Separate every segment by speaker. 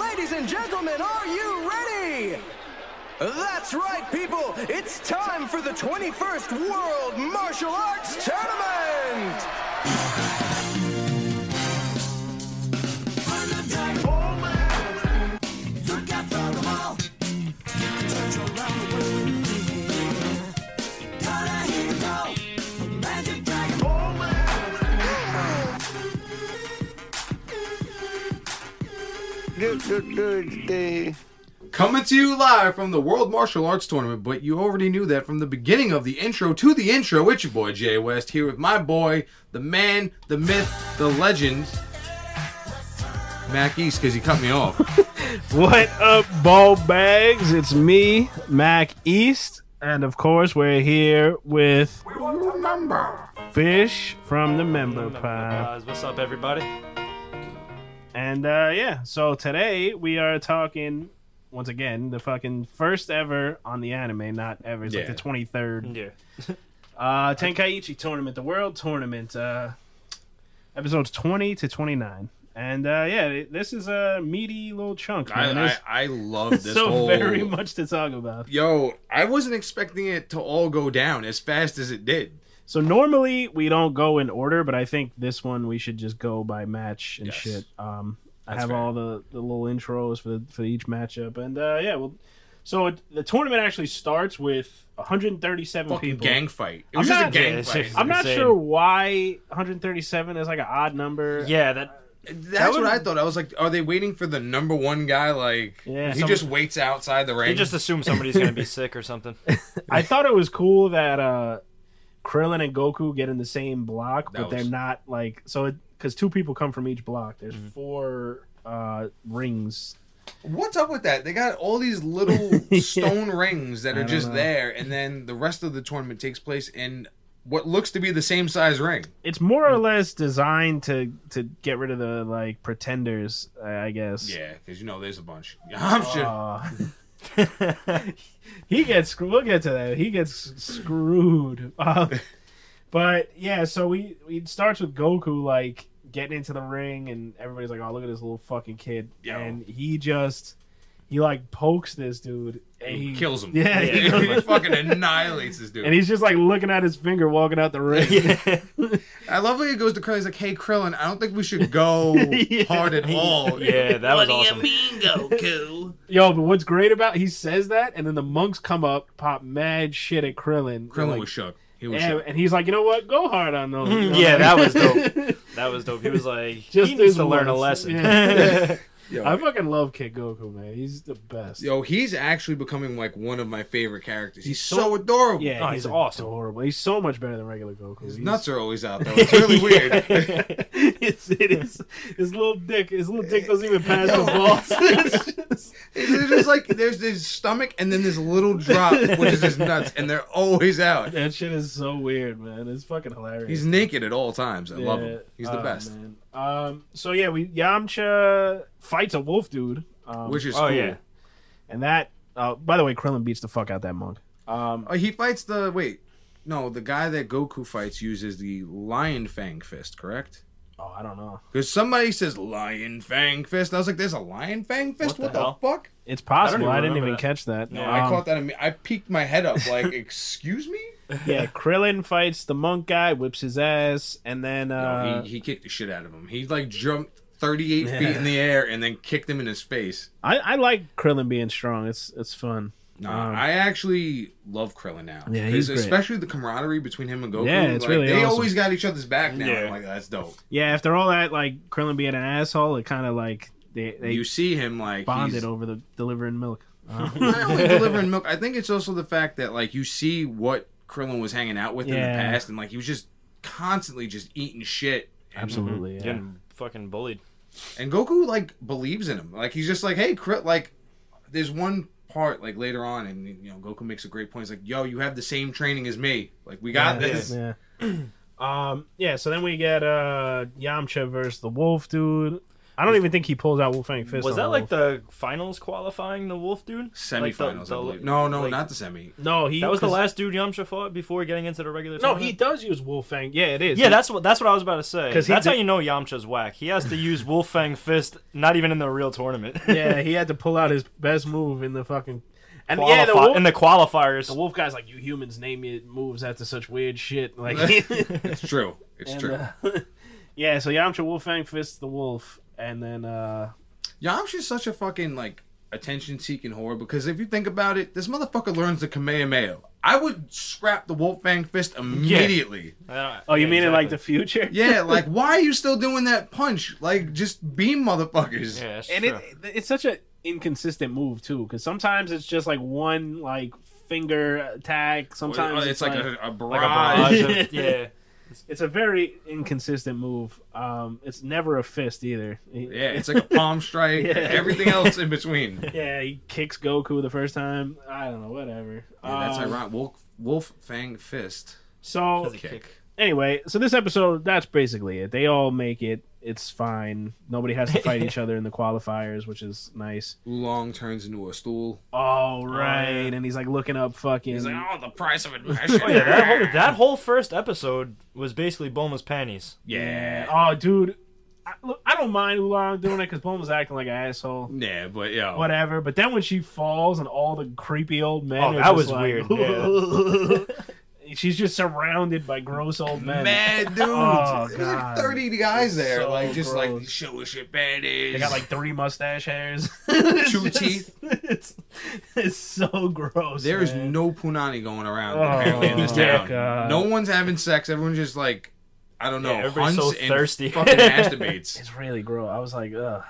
Speaker 1: Ladies and gentlemen, are you ready? That's right, people. It's time for the 21st World Martial Arts Tournament.
Speaker 2: Good, good, good day.
Speaker 3: Coming to you live from the World Martial Arts Tournament, but you already knew that from the beginning of the intro to the intro. It's your boy Jay West here with my boy, the man, the myth, the legend, Mac East, because he cut me off.
Speaker 4: What up, ball bags? It's me, Mac East, and of course, we're here with Fish from the Member Pod.
Speaker 5: Guys, what's up, everybody?
Speaker 4: And uh, yeah, so today we are talking once again the fucking first ever on the anime, not ever. It's like
Speaker 3: Yeah.
Speaker 4: the twenty third
Speaker 5: Yeah.
Speaker 4: uh, Tenkaichi tournament, the World Tournament, uh, episodes twenty to twenty nine. And uh, yeah, it- this is a meaty little chunk. Man.
Speaker 3: I, I,
Speaker 4: There's
Speaker 3: I love this
Speaker 4: so
Speaker 3: whole.
Speaker 4: very much to talk about.
Speaker 3: Yo, I wasn't expecting it to all go down as fast as it did.
Speaker 4: So normally we don't go in order, but I think this one we should just go by match and
Speaker 3: Yes.
Speaker 4: shit. Um, I
Speaker 3: That's
Speaker 4: have
Speaker 3: fair.
Speaker 4: all the, the little intros for for each matchup, and uh, yeah, well, so it, the tournament actually starts with 137
Speaker 3: Fucking
Speaker 4: people.
Speaker 3: gang fight. It
Speaker 4: I'm
Speaker 3: was just
Speaker 4: not-
Speaker 3: a gang
Speaker 5: Yeah, it's
Speaker 3: fight.
Speaker 5: just-
Speaker 4: I'm not
Speaker 5: Insane.
Speaker 4: sure why 137 is like an odd number.
Speaker 5: Yeah, that
Speaker 3: That's what
Speaker 4: would-
Speaker 3: I thought. I was like, are they waiting for the number one guy? Like,
Speaker 4: Yeah,
Speaker 3: he
Speaker 4: some-
Speaker 3: just waits outside the ring.
Speaker 5: they just assume somebody's gonna be sick or something.
Speaker 4: I thought it was cool that uh, Krillin and Goku get in the same block,
Speaker 3: That
Speaker 4: but they're
Speaker 3: was- Mm-hmm.
Speaker 4: not like so because two people come from each block. There's four uh, rings
Speaker 3: What's up with that? They got all these little stone rings that
Speaker 4: I
Speaker 3: are
Speaker 4: don't
Speaker 3: just
Speaker 4: know.
Speaker 3: there, and then the rest of the tournament takes place in what looks to be the same size ring.
Speaker 4: it's more
Speaker 3: Mm.
Speaker 4: or less designed to to get rid of the like pretenders, I I guess.
Speaker 3: Yeah, because you know there's a bunch. I'm sure.
Speaker 4: Uh, he gets screwed. We'll get to that. He gets screwed. Uh, but yeah, so we it starts with Goku like getting into the ring, and everybody's like, "Oh, look at this little fucking kid,"
Speaker 3: Yo.
Speaker 4: and he just he like pokes this dude and he
Speaker 3: kills him.
Speaker 4: Yeah, he
Speaker 3: he,
Speaker 4: kills him.
Speaker 3: fucking annihilates this dude.
Speaker 4: and he's just like looking at his finger walking out the ring.
Speaker 5: yeah.
Speaker 3: I love when he goes to Krillin. He's like, "Hey, Krillin, I don't think we should go
Speaker 4: Yeah.
Speaker 3: hard at all."
Speaker 5: Oh, Yeah, that was awesome.
Speaker 4: Yo, but what's great about he says that, and then the monks come up, pop mad shit at Krillin.
Speaker 3: Krillin
Speaker 4: Like,
Speaker 3: was shook. He was
Speaker 4: Yeah,
Speaker 3: shook.
Speaker 4: and he's like, you know what? Go hard on those. You know?
Speaker 5: yeah, that was dope. That was dope. He was like,
Speaker 4: Just
Speaker 5: he needs
Speaker 4: this
Speaker 5: to learn a
Speaker 4: once.
Speaker 5: lesson.
Speaker 4: Yeah.
Speaker 3: Yo,
Speaker 4: I fucking love Kid Goku, man. He's the best.
Speaker 3: yo, he's actually becoming like one of my favorite characters. He's,
Speaker 4: He's
Speaker 3: so,
Speaker 4: so-
Speaker 3: adorable.
Speaker 4: yeah,
Speaker 5: Oh,
Speaker 4: he's,
Speaker 5: he's awesome.
Speaker 4: Horrible. He's so much better than regular Goku.
Speaker 3: His
Speaker 4: He's-
Speaker 3: nuts are always out though. It's really weird.
Speaker 4: it's, it is. His little dick. His little dick doesn't even pass the balls. It's just-
Speaker 3: There's just like there's this stomach and then this little drop, which is his nuts, and they're always out.
Speaker 4: that shit is so weird, man. It's fucking hilarious.
Speaker 3: He's naked at all times. I love
Speaker 4: Yeah.
Speaker 3: him. He's the
Speaker 4: Oh,
Speaker 3: best.
Speaker 4: man. Um, so yeah, we Yamcha fights a wolf dude, um,
Speaker 3: Which is
Speaker 5: Oh
Speaker 3: cool.
Speaker 5: yeah.
Speaker 4: and that. Uh, by the way, Krillin beats the fuck out that monk. Um,
Speaker 3: Oh, he fights the wait. No, the guy that Goku fights uses the lion fang fist, correct?
Speaker 4: oh, I don't know.
Speaker 3: Because somebody says lion fang fist. I was like, "There's a lion fang fist? What,
Speaker 5: What
Speaker 3: the,
Speaker 5: the
Speaker 3: fuck?"
Speaker 4: It's possible.
Speaker 5: even
Speaker 4: I, didn't
Speaker 5: remember
Speaker 4: even
Speaker 5: that.
Speaker 4: catch that.
Speaker 5: No,
Speaker 3: I
Speaker 4: Um,
Speaker 3: caught that. imme- I peeked my head up, like, "Excuse me."
Speaker 4: yeah, Krillin fights the monk guy, whips his ass, and then uh,
Speaker 3: No, he, he kicked the shit out of him. He like jumped 38 feet in the air and then kicked him in his face.
Speaker 4: I, I like Krillin being strong. It's it's fun.
Speaker 3: No,
Speaker 4: Um,
Speaker 3: I actually love Krillin now.
Speaker 4: Yeah,
Speaker 3: 'Cause
Speaker 4: he's great.
Speaker 3: Especially the camaraderie between him and Goku.
Speaker 4: Yeah, it's
Speaker 3: like,
Speaker 4: really
Speaker 3: They
Speaker 4: awesome.
Speaker 3: always got each other's back now.
Speaker 5: Yeah.
Speaker 3: I'm like, that's dope.
Speaker 4: Yeah, after all that, like Krillin being an asshole, it kind of like they they
Speaker 3: you see him like
Speaker 4: bonded
Speaker 3: he's
Speaker 4: over the delivering milk. Um,
Speaker 3: not only delivering milk. I think it's also the fact that like you see what Krillin was hanging out with in the
Speaker 4: Yeah.
Speaker 3: past, and like he was just constantly just eating shit.
Speaker 4: absolutely. Yeah.
Speaker 5: Getting fucking bullied.
Speaker 3: And Goku like believes in him. Like he's just like, hey, Krill. Like there's one part like later on, and you know Goku makes a great point. He's like, yo, you have the same training as me. Like we got this.
Speaker 4: Yeah. Um. Yeah. So then we get uh Yamcha versus the Wolf Dude. I don't even think he pulls out Wu Fang Fist.
Speaker 5: Was
Speaker 4: on
Speaker 5: that like
Speaker 4: Wolf.
Speaker 5: the finals qualifying the Wolf dude? Like the-
Speaker 3: Semifinals,
Speaker 5: the-
Speaker 3: I believe. No, no,
Speaker 5: like-
Speaker 3: not the semi.
Speaker 4: no? He
Speaker 5: That was the
Speaker 4: 'cause-
Speaker 5: last dude Yamcha fought before getting into the regular.
Speaker 4: No, he
Speaker 5: tournament?
Speaker 4: does use Wu Fang. Yeah, it is.
Speaker 5: Yeah,
Speaker 4: He-
Speaker 5: that's what that's what I was about to say.
Speaker 4: 'Cause
Speaker 5: That's
Speaker 4: he
Speaker 5: how
Speaker 4: did-
Speaker 5: you know Yamcha's whack. He has to use Wolfang Fist, not even in the real tournament.
Speaker 4: yeah. He had to pull out his best move in the fucking and
Speaker 5: Qualifi-
Speaker 4: yeah, the Wolf,
Speaker 5: in the
Speaker 4: the
Speaker 5: qualifiers.
Speaker 4: Wolf guy's like you humans name your moves after such weird shit. Like
Speaker 3: It's true. It's
Speaker 4: And,
Speaker 3: true.
Speaker 4: uh, yeah, so Yamcha Wolf Fang fists the wolf, and then uh
Speaker 3: Yamcha's such a fucking like attention seeking whore because if you think about it, this motherfucker learns the Kamehameha. I would scrap the Wolfang fist immediately.
Speaker 4: oh, you mean in like the future?
Speaker 3: Yeah, like why are you still doing that punch? Like just beam motherfuckers.
Speaker 5: Yeah, that's
Speaker 4: and
Speaker 5: true.
Speaker 4: it, it's such a inconsistent move too, because sometimes it's just like one like finger attack. Sometimes
Speaker 3: Sometimes
Speaker 4: it's, like,
Speaker 3: uh, a, a
Speaker 5: like a
Speaker 3: barrage.
Speaker 5: barrage. of- yeah,
Speaker 4: it's a very inconsistent move. Um, it's never a fist either.
Speaker 3: yeah, it's like a palm strike.
Speaker 4: Yeah.
Speaker 3: Everything else in between.
Speaker 4: yeah, he kicks Goku the first time. I don't know, whatever.
Speaker 3: Yeah, that's
Speaker 4: Um,
Speaker 3: ironic. Wolf, wolf Fang Fist
Speaker 4: So
Speaker 3: kick.
Speaker 4: anyway, so this episode, that's basically it. They all make it. It's fine. Nobody has to fight each other in the qualifiers, which is nice.
Speaker 3: Oolong turns into a stool.
Speaker 4: All right,
Speaker 5: Oh, yeah.
Speaker 4: and he's like looking up fucking.
Speaker 3: He's like, oh, the price of admission.
Speaker 5: Oh, yeah, that whole that whole first episode was basically Bulma's panties.
Speaker 3: yeah.
Speaker 4: Oh, dude, I, look, I don't mind Oolong doing it because Boom was acting like an asshole.
Speaker 3: Yeah, but yeah.
Speaker 4: Whatever, but then when she falls and all the creepy old men,
Speaker 5: Oh,
Speaker 4: are just
Speaker 5: that was
Speaker 4: like,
Speaker 5: weird, yeah.
Speaker 4: She's just surrounded by gross old men.
Speaker 3: Mad dudes.
Speaker 4: Oh,
Speaker 3: There's like
Speaker 4: God.
Speaker 3: 30 guys there,
Speaker 4: So
Speaker 3: like just like
Speaker 4: gross.
Speaker 3: show us your baddies.
Speaker 4: They got like three mustache hairs,
Speaker 3: Two
Speaker 4: It's just-
Speaker 3: teeth.
Speaker 4: It's, it's so gross.
Speaker 3: there is
Speaker 4: man.
Speaker 3: no punani going around
Speaker 4: Oh,
Speaker 3: apparently in this
Speaker 4: yeah,
Speaker 3: town.
Speaker 4: God.
Speaker 3: No one's having sex. Everyone's just like, I don't know,
Speaker 5: Yeah, everybody's
Speaker 3: hunts
Speaker 5: so
Speaker 3: and
Speaker 5: thirsty.
Speaker 3: fucking masturbates.
Speaker 4: It's really gross. I was like, ugh.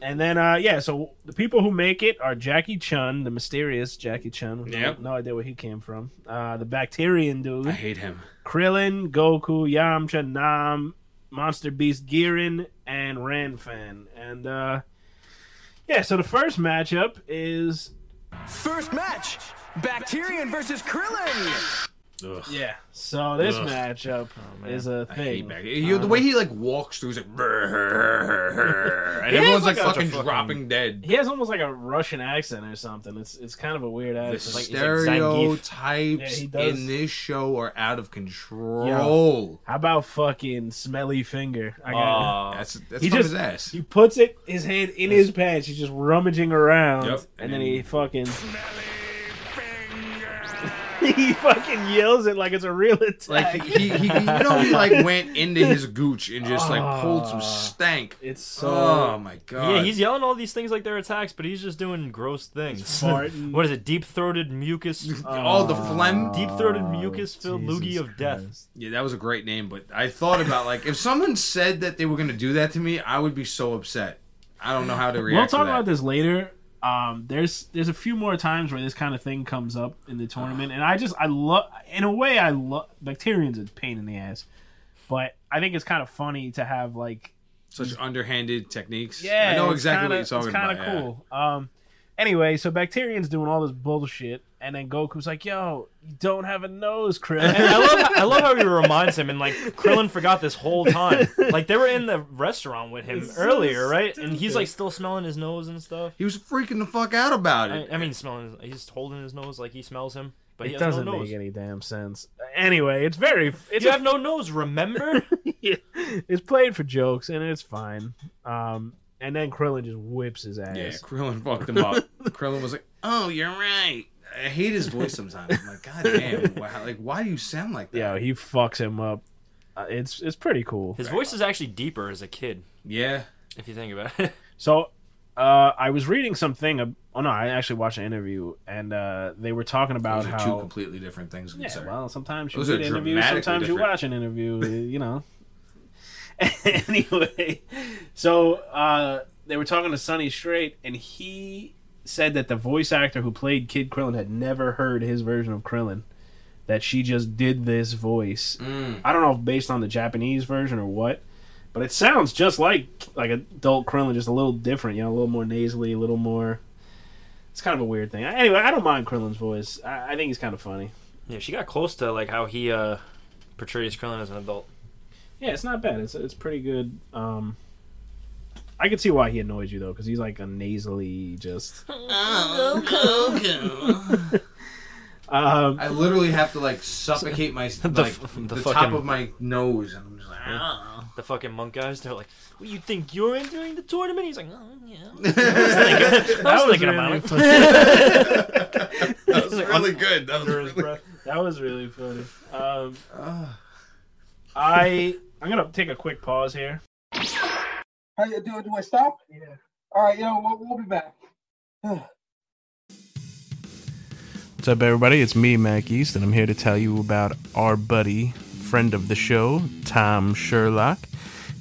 Speaker 4: And then, uh, yeah, so the people who make it are Jackie Chun, the mysterious Jackie Chun. No-
Speaker 3: Yep.
Speaker 4: No idea where he came from. Uh, the Bacterian
Speaker 3: I
Speaker 4: dude.
Speaker 3: hate him.
Speaker 4: Krillin, Goku, Yamcha, Nam, Monster Beast Girin, and Ranfan. And, uh, yeah, so the first matchup is.
Speaker 1: First match Bacterian versus Krillin.
Speaker 3: Ugh.
Speaker 4: Yeah. So this
Speaker 3: Ugh. Oh,
Speaker 4: matchup is a
Speaker 3: I
Speaker 4: thing.
Speaker 3: hate back. You know, the way he like walks through is like, "Brr, brr, brr, brr," and
Speaker 4: He
Speaker 3: everyone's
Speaker 4: is
Speaker 3: like
Speaker 4: like a
Speaker 3: fucking
Speaker 5: fucking-
Speaker 3: dropping dead.
Speaker 4: He has almost like a Russian accent or something. It's it's kind of a weird
Speaker 3: The
Speaker 4: accent.
Speaker 5: like- he's like
Speaker 4: Yeah,
Speaker 5: Zangief.
Speaker 3: stereotypes
Speaker 4: he does.
Speaker 3: in this show are out of control.
Speaker 4: How about fucking smelly finger? I got
Speaker 5: Uh,
Speaker 3: That's that's
Speaker 4: He
Speaker 3: from
Speaker 4: just-
Speaker 3: his ass.
Speaker 4: He puts it his hand in his pants. He's just rummaging around,
Speaker 3: Yep.
Speaker 4: and then he
Speaker 3: And-
Speaker 4: fucking he fucking yells it like it's a real attack.
Speaker 3: Like he, he, he, you know, he like went into his gooch and just like pulled some stank.
Speaker 4: it's Ah. so
Speaker 3: Oh my god!
Speaker 5: yeah, he's yelling all these things like they're attacks, but he's just doing gross things.
Speaker 4: farting.
Speaker 5: what is it? Deep throated mucus.
Speaker 3: all the
Speaker 4: Ah.
Speaker 3: phlegm.
Speaker 5: Deep throated
Speaker 4: Oh,
Speaker 5: mucus filled loogie of death.
Speaker 3: Yeah, that was a great name, but I thought about like if someone said that they were gonna do that to me, I would be so upset. I don't know how to
Speaker 4: We'll
Speaker 3: react.
Speaker 4: talk
Speaker 3: to that.
Speaker 4: about this later. Um, there's there's a few more times where this kind of thing comes up in the tournament, and I just I love in a way I love Bacterian's a pain in the ass, but I think it's kind of funny to have like
Speaker 3: such underhanded techniques.
Speaker 4: Yeah,
Speaker 3: I know
Speaker 4: it's
Speaker 3: exactly
Speaker 4: kinda,
Speaker 3: what you're talking
Speaker 4: it's kinda
Speaker 3: about. yeah.
Speaker 4: cool. Um, anyway, so Bacterian's doing all this bullshit, and then Goku's like, "Yo, you don't have a nose,
Speaker 5: And I
Speaker 4: Krillin."
Speaker 5: love, I love how he reminds him, and like Krillin forgot this whole time. Like they were in the restaurant with him
Speaker 4: It's so
Speaker 5: earlier, right? And he's
Speaker 4: stupid.
Speaker 5: like still smelling his nose and stuff.
Speaker 3: He was freaking the fuck out about
Speaker 5: I,
Speaker 3: it.
Speaker 5: I mean, smelling. His, he's holding his nose like he smells him, but he
Speaker 4: it
Speaker 5: has
Speaker 4: doesn't
Speaker 5: no nose.
Speaker 4: make any damn sense. Anyway, it's very it's
Speaker 5: you have no nose, remember?
Speaker 4: it's played for jokes, and it's fine. Um, and then Krillin just whips his ass.
Speaker 3: yeah, Krillin fucked him up. Krillin was like, "Oh, you're right." I hate his voice sometimes. I'm like, God damn, wow, like why do you sound like that?
Speaker 4: Yo, he fucks him up. Uh, it's it's pretty cool.
Speaker 5: His voice is actually deeper as a kid,
Speaker 3: Yeah,
Speaker 5: if you think about it.
Speaker 4: So, uh, I was reading something. ab- Oh no, I actually watched an interview, and uh, they were talking about
Speaker 3: those are two
Speaker 4: how
Speaker 3: completely different things.
Speaker 4: Yeah,
Speaker 3: Sorry.
Speaker 4: well, sometimes you
Speaker 3: Those are
Speaker 4: read interviews,
Speaker 3: dramatically
Speaker 4: sometimes you
Speaker 3: different.
Speaker 4: watch an interview, you know. anyway, so uh, they were talking to Sonny Straight, and he said that the voice actor who played Kid Krillin had never heard his version of Krillin, that she just did this voice.
Speaker 3: Mm.
Speaker 4: I don't know if based on the Japanese version or what, but it sounds just like like adult Krillin, just a little different, you know, a little more nasally, a little more. It's kind of a weird thing. Anyway, I don't mind Krillin's voice. I, I think he's kind of funny.
Speaker 5: yeah, she got close to like how he uh portrays Krillin as an adult.
Speaker 4: Yeah, it's not bad. It's it's pretty good. Um, I could see why he annoys you though, because he's like a nasally just. um,
Speaker 3: I literally have to like suffocate my like
Speaker 5: f-
Speaker 3: the,
Speaker 5: the
Speaker 3: top
Speaker 5: fucking-
Speaker 3: of my nose, and I'm just like, "Ah."
Speaker 5: The fucking monk guys, they're like, "What you think you're in during the tournament?" He's like, "Oh yeah." I was thinking about it.
Speaker 3: that was
Speaker 5: He's like,
Speaker 3: really good. That was
Speaker 5: Under his
Speaker 3: really
Speaker 5: breath.
Speaker 4: that was really funny. Um,
Speaker 3: Ah.
Speaker 4: I I'm gonna take a quick pause here.
Speaker 6: How you do? Do I stop? Yeah. All right, you know, we'll, we'll be back.
Speaker 7: What's up, everybody? It's me, Mac East, and I'm here to tell you about our buddy, friend of the show, Tom Sherlock.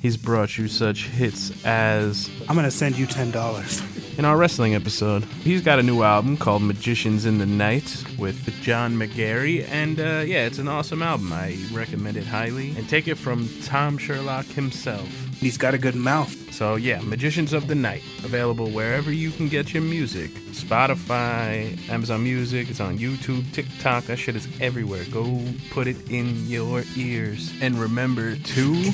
Speaker 7: He's brought you such hits as
Speaker 8: I'm gonna send you ten dollars.
Speaker 7: in our wrestling episode. He's got a new album called Magicians in the Night with John McGarry, and uh, yeah, it's an awesome album. I recommend it highly. And take it from Tom Sherlock himself.
Speaker 8: He's got a good mouth.
Speaker 7: So yeah, Magicians of the Night available wherever you can get your music. Spotify, Amazon Music, it's on YouTube, TikTok, that shit is everywhere. Go put it in your ears and remember to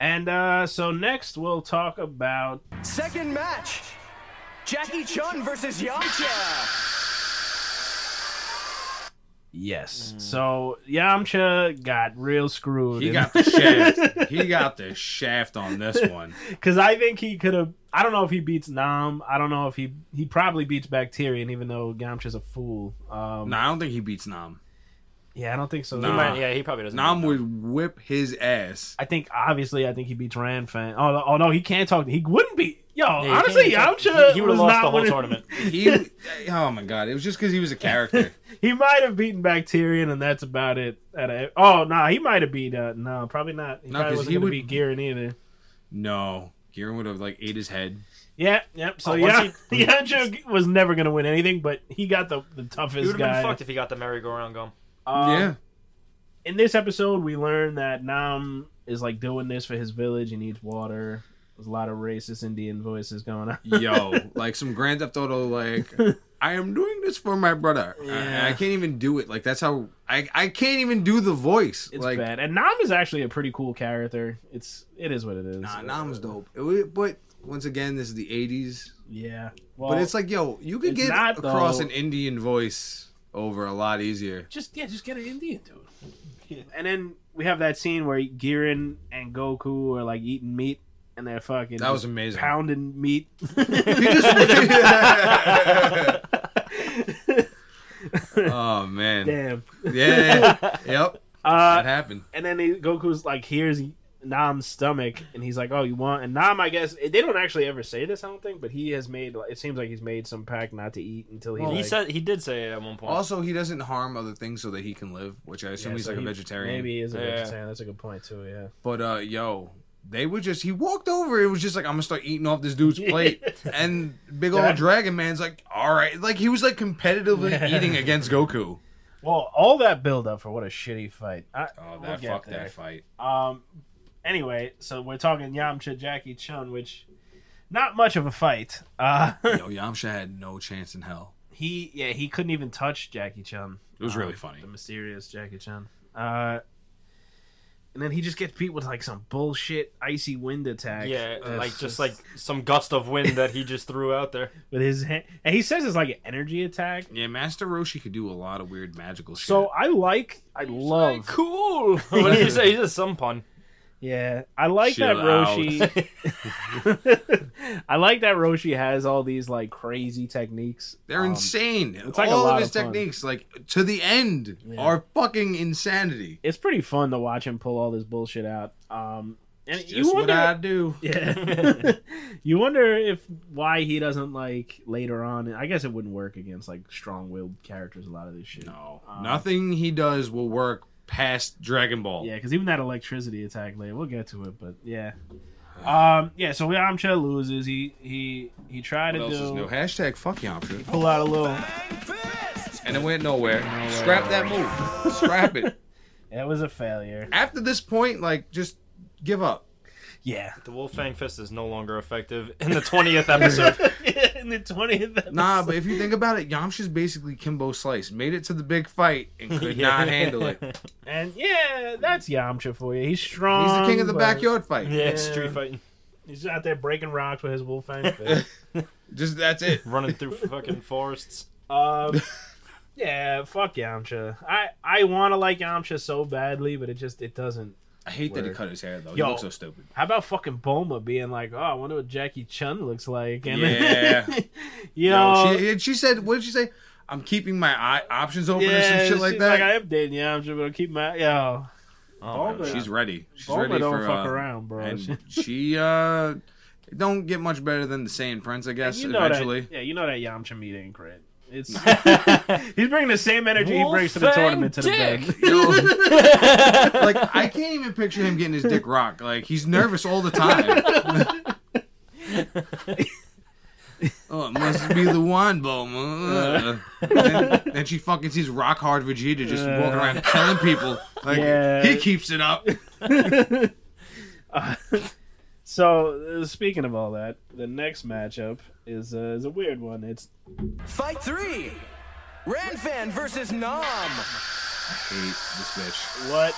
Speaker 4: And uh, so next we'll talk about
Speaker 1: Second match Jackie Chun versus Yamcha.
Speaker 4: yes.
Speaker 5: Hmm.
Speaker 4: So Yamcha got real screwed.
Speaker 3: He
Speaker 4: in-
Speaker 3: got the shaft. He got the shaft on this one.
Speaker 4: Because I think he could have. I don't know if he beats Nam. I don't know if he he probably beats Bacterian, even though Yamcha's a fool. Um,
Speaker 3: No, I don't think he beats Nam.
Speaker 4: Yeah, I don't think so.
Speaker 3: Nah.
Speaker 5: Might- yeah, he probably doesn't.
Speaker 3: Nam
Speaker 5: know.
Speaker 3: would whip his ass.
Speaker 4: I think obviously, I think he beats Ranfan. Oh, no- oh no, he can't talk. He wouldn't be. Yo,
Speaker 5: Yeah, he
Speaker 4: honestly,
Speaker 5: can't-
Speaker 4: Yamcha
Speaker 5: He, he
Speaker 4: was
Speaker 5: would've lost
Speaker 4: not
Speaker 5: the whole
Speaker 4: winning-
Speaker 5: tournament.
Speaker 3: He, oh my god, it was just because he was a character.
Speaker 4: He might have beaten Bacterian, and that's about it. At a, oh no, he might have beat. Uh, no, probably not. He
Speaker 3: No,
Speaker 4: probably
Speaker 3: 'cause
Speaker 4: wasn't
Speaker 3: he
Speaker 4: going to
Speaker 3: would-
Speaker 4: beat Garen either.
Speaker 3: No, Garen would have like ate his head.
Speaker 4: Yeah, yep. So
Speaker 5: Oh, once
Speaker 4: yeah, Yamcha was never going to win anything, but he got the, the
Speaker 5: He
Speaker 4: toughest
Speaker 5: would have
Speaker 4: guy.
Speaker 5: been fucked if he got the merry-go-round going.
Speaker 4: Um,
Speaker 3: yeah,
Speaker 4: in this episode, we learn that Nam is like doing this for his village. He needs water. There's a lot of racist Indian voices going on.
Speaker 3: yo, like some Grand Theft Auto. Like I am doing this for my brother. I-
Speaker 4: Yeah.
Speaker 3: I, can't even do it. Like that's how I I can't even do the voice.
Speaker 4: It's
Speaker 3: like
Speaker 4: bad. And Nam is actually a pretty cool character. It's it is what it is.
Speaker 3: nah, Nam's dope. It wa- but once again, this is the '80s.
Speaker 4: Yeah. Well,
Speaker 3: But it's like yo, you could get
Speaker 4: it's not,
Speaker 3: across
Speaker 4: though.
Speaker 3: an Indian voice over a lot easier.
Speaker 4: just yeah, just get an Indian dude. And then we have that scene where Giran and Goku are like eating meat and they're fucking
Speaker 3: That was
Speaker 4: just
Speaker 3: amazing.
Speaker 4: pounding meat.
Speaker 3: He just- oh man.
Speaker 4: Damn.
Speaker 3: Yeah. Yep.
Speaker 4: Uh,
Speaker 3: That happened.
Speaker 4: and then he, Goku's like hears Nam's stomach, and he's like, "Oh, you want?" And Nam, I guess they don't actually ever say this. I don't think, but he has made. like, It seems like he's made some pact not to eat until he.
Speaker 5: He
Speaker 4: like-
Speaker 5: said he did say it at one point.
Speaker 3: Also, he doesn't harm other things so that he can live, which I assume
Speaker 4: Yeah,
Speaker 3: he's
Speaker 4: so
Speaker 3: like
Speaker 4: he-
Speaker 3: a vegetarian.
Speaker 4: Maybe he is a
Speaker 5: Yeah.
Speaker 4: vegetarian. That's a good point too. Yeah.
Speaker 3: But uh, yo, they were just he walked over. It was just like I'm gonna start eating off this dude's plate, and big old
Speaker 4: That-
Speaker 3: Dragon Man's like, all right, like he was like competitively eating against Goku.
Speaker 4: Well, all that build up for what a shitty fight. I,
Speaker 3: Oh,
Speaker 4: we'll
Speaker 3: that
Speaker 4: get
Speaker 3: fuck
Speaker 4: there.
Speaker 3: that fight.
Speaker 4: Um. Anyway, so we're talking Yamcha, Jackie Chun, which not much of a fight. Uh,
Speaker 3: Yo, Yamcha had no chance in hell.
Speaker 4: he yeah he couldn't even touch Jackie Chun.
Speaker 3: It was really
Speaker 4: Um,
Speaker 3: funny.
Speaker 4: The mysterious Jackie Chan. Uh, and then he just gets beat with like some bullshit icy wind attack.
Speaker 5: yeah,
Speaker 4: That's
Speaker 5: like just like some gust of wind that he just threw out there.
Speaker 4: with his hand, and he says it's like an energy attack.
Speaker 3: Yeah, Master Roshi could do a lot of weird magical shit.
Speaker 4: So I like, I love,
Speaker 5: cool. what did he say? He said some pun.
Speaker 4: yeah, I like
Speaker 3: Chill
Speaker 4: that
Speaker 3: out.
Speaker 4: Roshi. I like that Roshi has all these like crazy techniques.
Speaker 3: They're
Speaker 4: Um,
Speaker 3: insane.
Speaker 4: like a
Speaker 3: All of
Speaker 4: lot
Speaker 3: his
Speaker 4: of fun.
Speaker 3: techniques, like to the end,
Speaker 4: Yeah.
Speaker 3: are fucking insanity.
Speaker 4: It's pretty fun to watch him pull all this bullshit out. Um, and
Speaker 3: It's
Speaker 4: you
Speaker 3: just
Speaker 4: wonder,
Speaker 3: what I do.
Speaker 4: Yeah. you wonder if why he doesn't like later on. I guess it wouldn't work against like strong-willed characters. A lot of this shit.
Speaker 3: No,
Speaker 4: Um,
Speaker 3: nothing he does will work past Dragon Ball.
Speaker 4: Yeah, because even that electricity attack later, we'll get to it. But yeah, um, yeah. So we Amcha loses. He he he tried
Speaker 3: What
Speaker 4: to
Speaker 3: else is new?
Speaker 4: do
Speaker 3: Hashtag fuck Yamcha.
Speaker 4: pull out a little.
Speaker 3: And it went nowhere. Scrap that move. Scrap it.
Speaker 4: It was a failure.
Speaker 3: After this point, like, just give up.
Speaker 4: Yeah.
Speaker 5: The Wolfang Fist is no longer effective in the 20th episode.
Speaker 4: In the 20th.
Speaker 3: Nah, but if you think about it, Yamcha's basically Kimbo Slice. Made it to the big fight and could not handle it. He's
Speaker 4: And yeah, that's Yamcha for you. He's strong.
Speaker 3: the king of the
Speaker 4: Um, but
Speaker 3: backyard fight.
Speaker 5: Yeah, street fighting.
Speaker 4: He's out there breaking rocks with his Wolfang fist.
Speaker 3: Just that's it.
Speaker 5: Running through fucking forests.
Speaker 4: Um, yeah, fuck Yamcha. I I want to like Yamcha so badly, but it just it doesn't.
Speaker 3: I hate that he
Speaker 4: Word.
Speaker 3: cut his hair though.
Speaker 4: Yo.
Speaker 3: He looks so stupid.
Speaker 4: How about fucking Boma being like, oh, I wonder what Jackie Chun looks like, and
Speaker 3: Yeah.
Speaker 4: you know,
Speaker 3: No, she, and she said, "What did she say? I'm keeping my eye, options open or some shit like
Speaker 4: she's
Speaker 3: that."
Speaker 4: Like I updated Yamcha, but I keep my yo.
Speaker 5: Oh,
Speaker 4: Bulma-
Speaker 3: She's ready. She's
Speaker 4: Bulma
Speaker 3: ready
Speaker 4: don't
Speaker 3: for
Speaker 4: fuck
Speaker 3: uh,
Speaker 4: around, bro. She-
Speaker 3: And she uh, don't get much better than the Saiyan Prince, I guess.
Speaker 4: you know
Speaker 3: eventually,
Speaker 4: that, yeah, you know that Yamcha meat ain't great. It's he's bringing the same energy he brings to the
Speaker 5: Wolfang
Speaker 4: tournament to the
Speaker 5: dick.
Speaker 4: bank.
Speaker 3: like I can't even picture him getting his dick rocked. Like he's nervous all the time. oh, it must be the wine Bulma. and then she fucking sees rock hard Vegeta just walking around killing people. Like
Speaker 4: Yeah.
Speaker 3: he keeps it up.
Speaker 4: So uh, speaking of all that, the next matchup is uh, is a weird one. It's
Speaker 1: Fight three. Ranfan versus Nom.
Speaker 3: Hate this bitch.
Speaker 4: what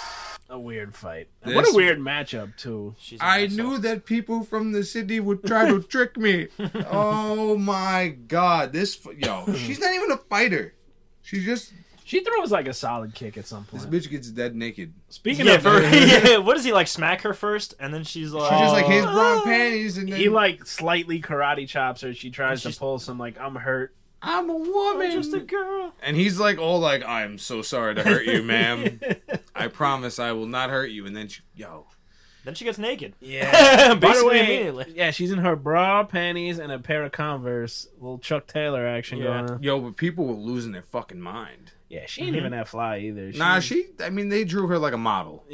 Speaker 4: a weird fight.
Speaker 3: This-
Speaker 4: What a weird matchup too.
Speaker 5: She's an
Speaker 3: I
Speaker 5: asshole.
Speaker 3: knew that people from the city would try to trick me. Oh my god, this f- yo, she's not even a fighter. She's just
Speaker 4: She throws like a solid kick at some
Speaker 3: this
Speaker 4: point.
Speaker 3: bitch gets dead naked.
Speaker 4: Speaking
Speaker 5: Yeah,
Speaker 4: of
Speaker 5: for, yeah, what does he like? Smack her first, and then she's like,
Speaker 3: She just like his brown panties and then
Speaker 4: Oh. he like slightly karate chops her. She tries to
Speaker 5: She's-
Speaker 4: pull some like I'm hurt.
Speaker 3: I'm a woman.
Speaker 5: just a girl.
Speaker 3: and he's like all like, I'm so sorry to hurt you, ma'am. I promise I will not hurt you. And then she, yo,
Speaker 5: Then she gets naked.
Speaker 4: Yeah. By the
Speaker 5: Basically
Speaker 4: way,
Speaker 5: immediately.
Speaker 4: yeah, she's in her bra, panties, and a pair of Converse. Little Chuck Taylor action
Speaker 5: Yeah.
Speaker 4: going on.
Speaker 3: yo, but people were losing their fucking mind.
Speaker 4: Yeah, she ain't even that fly either. She,
Speaker 3: Nah, she. I mean, they drew her like a model.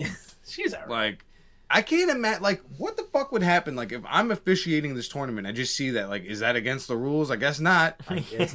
Speaker 4: she's alright.
Speaker 3: Like, I can't imagine. Like, what the fuck would happen? Like, if I'm officiating this tournament, I just see that. Like, is that against the rules? I guess not.
Speaker 4: It's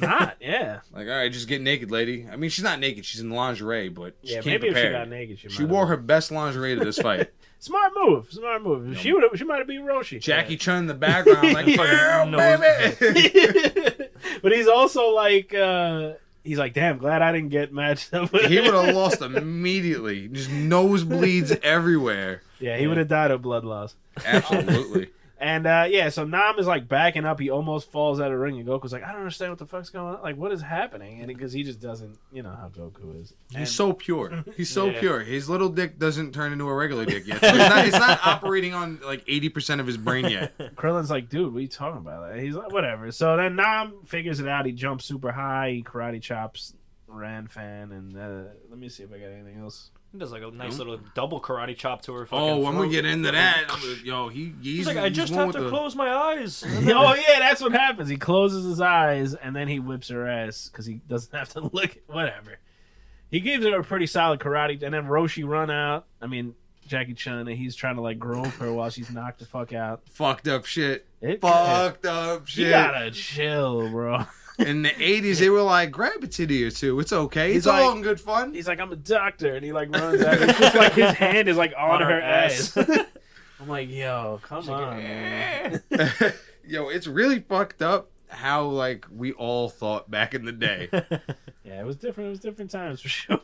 Speaker 4: not. Yeah.
Speaker 3: Like, all right, just get naked, lady. I mean, she's not naked. She's in lingerie, but she
Speaker 4: yeah.
Speaker 3: came
Speaker 4: Maybe if she
Speaker 3: prepared.
Speaker 4: got naked, she,
Speaker 3: She
Speaker 4: might
Speaker 3: wore
Speaker 4: have-
Speaker 3: her best lingerie to this fight.
Speaker 4: smart move. Smart move. If She would. She might have been Roshi.
Speaker 3: Jackie Chun in the background, like, yeah,
Speaker 5: knows.
Speaker 3: baby.
Speaker 4: but he's also like uh he's like damn glad i didn't get matched up with
Speaker 3: he would have lost immediately. Just nosebleeds everywhere.
Speaker 4: yeah he would have died of blood loss
Speaker 3: Absolutely.
Speaker 4: and uh yeah so nam is like backing up he almost falls out of the ring and goku's like i don't understand what the fuck's going on like what is happening and because he just doesn't you know how goku is And-
Speaker 3: He's so pure. He's so
Speaker 5: Yeah.
Speaker 3: pure. His little dick doesn't turn into a regular dick yet. So it's, not, it's not operating on like eighty percent of his brain yet.
Speaker 4: Krillin's like, dude, what are you talking about? Like, he's like, whatever. So then Nam figures it out. He jumps super high. He karate chops Ranfan. And uh, let me see if I got anything else.
Speaker 5: He does like a nice little double karate chop to her. Fucking
Speaker 3: Mm-hmm. Oh, I'm
Speaker 5: throat.
Speaker 3: gonna get into that. I'm gonna- Yo, he he's,
Speaker 5: He's like, I
Speaker 3: he's
Speaker 5: just
Speaker 3: one
Speaker 5: have
Speaker 3: with
Speaker 5: to
Speaker 3: the-
Speaker 5: close my eyes. And then-
Speaker 4: oh yeah, that's what happens. He closes his eyes and then he whips her ass because he doesn't have to look. Whatever. He gives her a pretty solid karate, and then Roshi run out. I mean Jackie Chun, and he's trying to like grope her while she's knocked the fuck out.
Speaker 3: fucked up shit.
Speaker 4: It,
Speaker 3: Fucked up
Speaker 4: You
Speaker 3: shit.
Speaker 4: gotta chill, bro.
Speaker 3: In the eighties, they were like, grab a titty or two. It's okay.
Speaker 4: He's
Speaker 3: it's all
Speaker 4: like-
Speaker 3: in good fun.
Speaker 4: He's like, I'm a doctor, and he like runs out. It's just like his hand is like on,
Speaker 5: On
Speaker 4: her,
Speaker 5: her
Speaker 4: ass.
Speaker 5: ass.
Speaker 4: I'm like, yo, come on. man.
Speaker 3: Yo, it's really fucked up how like we all thought back in the day.
Speaker 4: Yeah, it was different. It was different times for sure.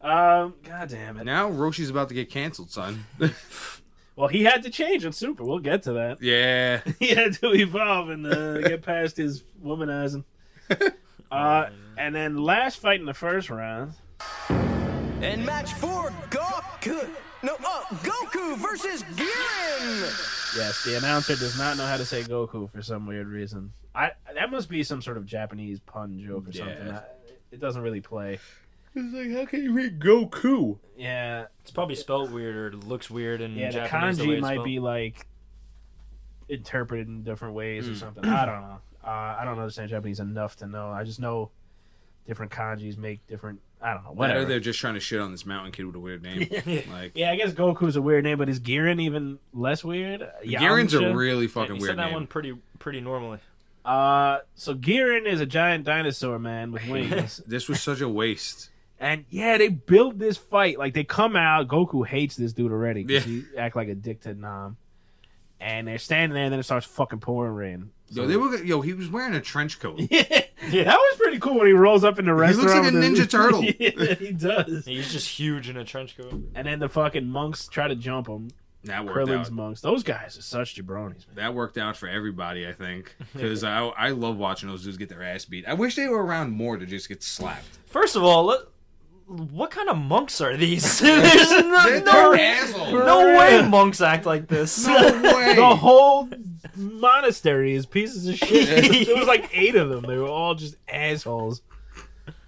Speaker 4: um, god damn it.
Speaker 3: now Roshi's about to get canceled, son.
Speaker 4: Well, he had to change on Super. We'll get to that.
Speaker 3: yeah.
Speaker 4: he had to evolve and uh, get past his womanizing. Uh, and then last fight in the first round,
Speaker 1: And match four, Goku. No, uh, Goku versus Girin.
Speaker 4: yes, the announcer does not know how to say Goku for some weird reason. I that must be some sort of Japanese pun joke or something.
Speaker 3: Yeah.
Speaker 4: I, it doesn't really play.
Speaker 3: He's like, how can you read Goku?
Speaker 4: Yeah,
Speaker 5: It's probably spelled weird or it looks weird in
Speaker 4: yeah. The
Speaker 5: Japanese. the way
Speaker 4: kanji
Speaker 5: it's
Speaker 4: might
Speaker 5: spelled.
Speaker 4: be like interpreted in different ways
Speaker 5: Hmm.
Speaker 4: or something. I don't know. Uh, I don't understand Japanese enough to know. I just know different kanjis make different. I don't know. Whatever.
Speaker 3: Whatever. They're just trying to shit on this mountain kid with a weird name. like,
Speaker 4: Yeah, I guess Goku's a weird name, but is Girin even less weird?
Speaker 3: Garen's a
Speaker 4: Yamcha?
Speaker 3: really fucking
Speaker 5: He
Speaker 3: weird
Speaker 5: said that
Speaker 3: name.
Speaker 5: one pretty pretty normally.
Speaker 4: Uh, so Girin is a giant dinosaur man with wings,
Speaker 3: This was such a waste.
Speaker 4: and yeah, they build this fight like they come out. Goku hates this dude already
Speaker 3: Yeah.
Speaker 4: because he act like a dick to Nam. and they're standing there, and then it starts fucking pouring rain.
Speaker 3: Yo, they were yo. He was wearing a trench coat.
Speaker 4: That was pretty cool when he rolls up in the
Speaker 3: looks like
Speaker 4: restaurant.
Speaker 3: a
Speaker 4: with the-
Speaker 3: Ninja Turtle.
Speaker 4: yeah, he does.
Speaker 5: He's just huge in a trench coat.
Speaker 4: And then the fucking monks try to jump him.
Speaker 3: That worked
Speaker 4: Krillin's
Speaker 3: out.
Speaker 4: monks. Those guys are such jabronis, man.
Speaker 3: That worked out for everybody, I think, because I I love watching those dudes get their ass beat. I wish they were around more to just get slapped.
Speaker 5: First of all, let, what kind of monks are these? There's no,
Speaker 3: They're,
Speaker 5: no,
Speaker 3: they're assholes.
Speaker 5: no way monks act like this.
Speaker 3: No way.
Speaker 4: The whole monastery is pieces of shit. there was like eight of them. They were all just assholes.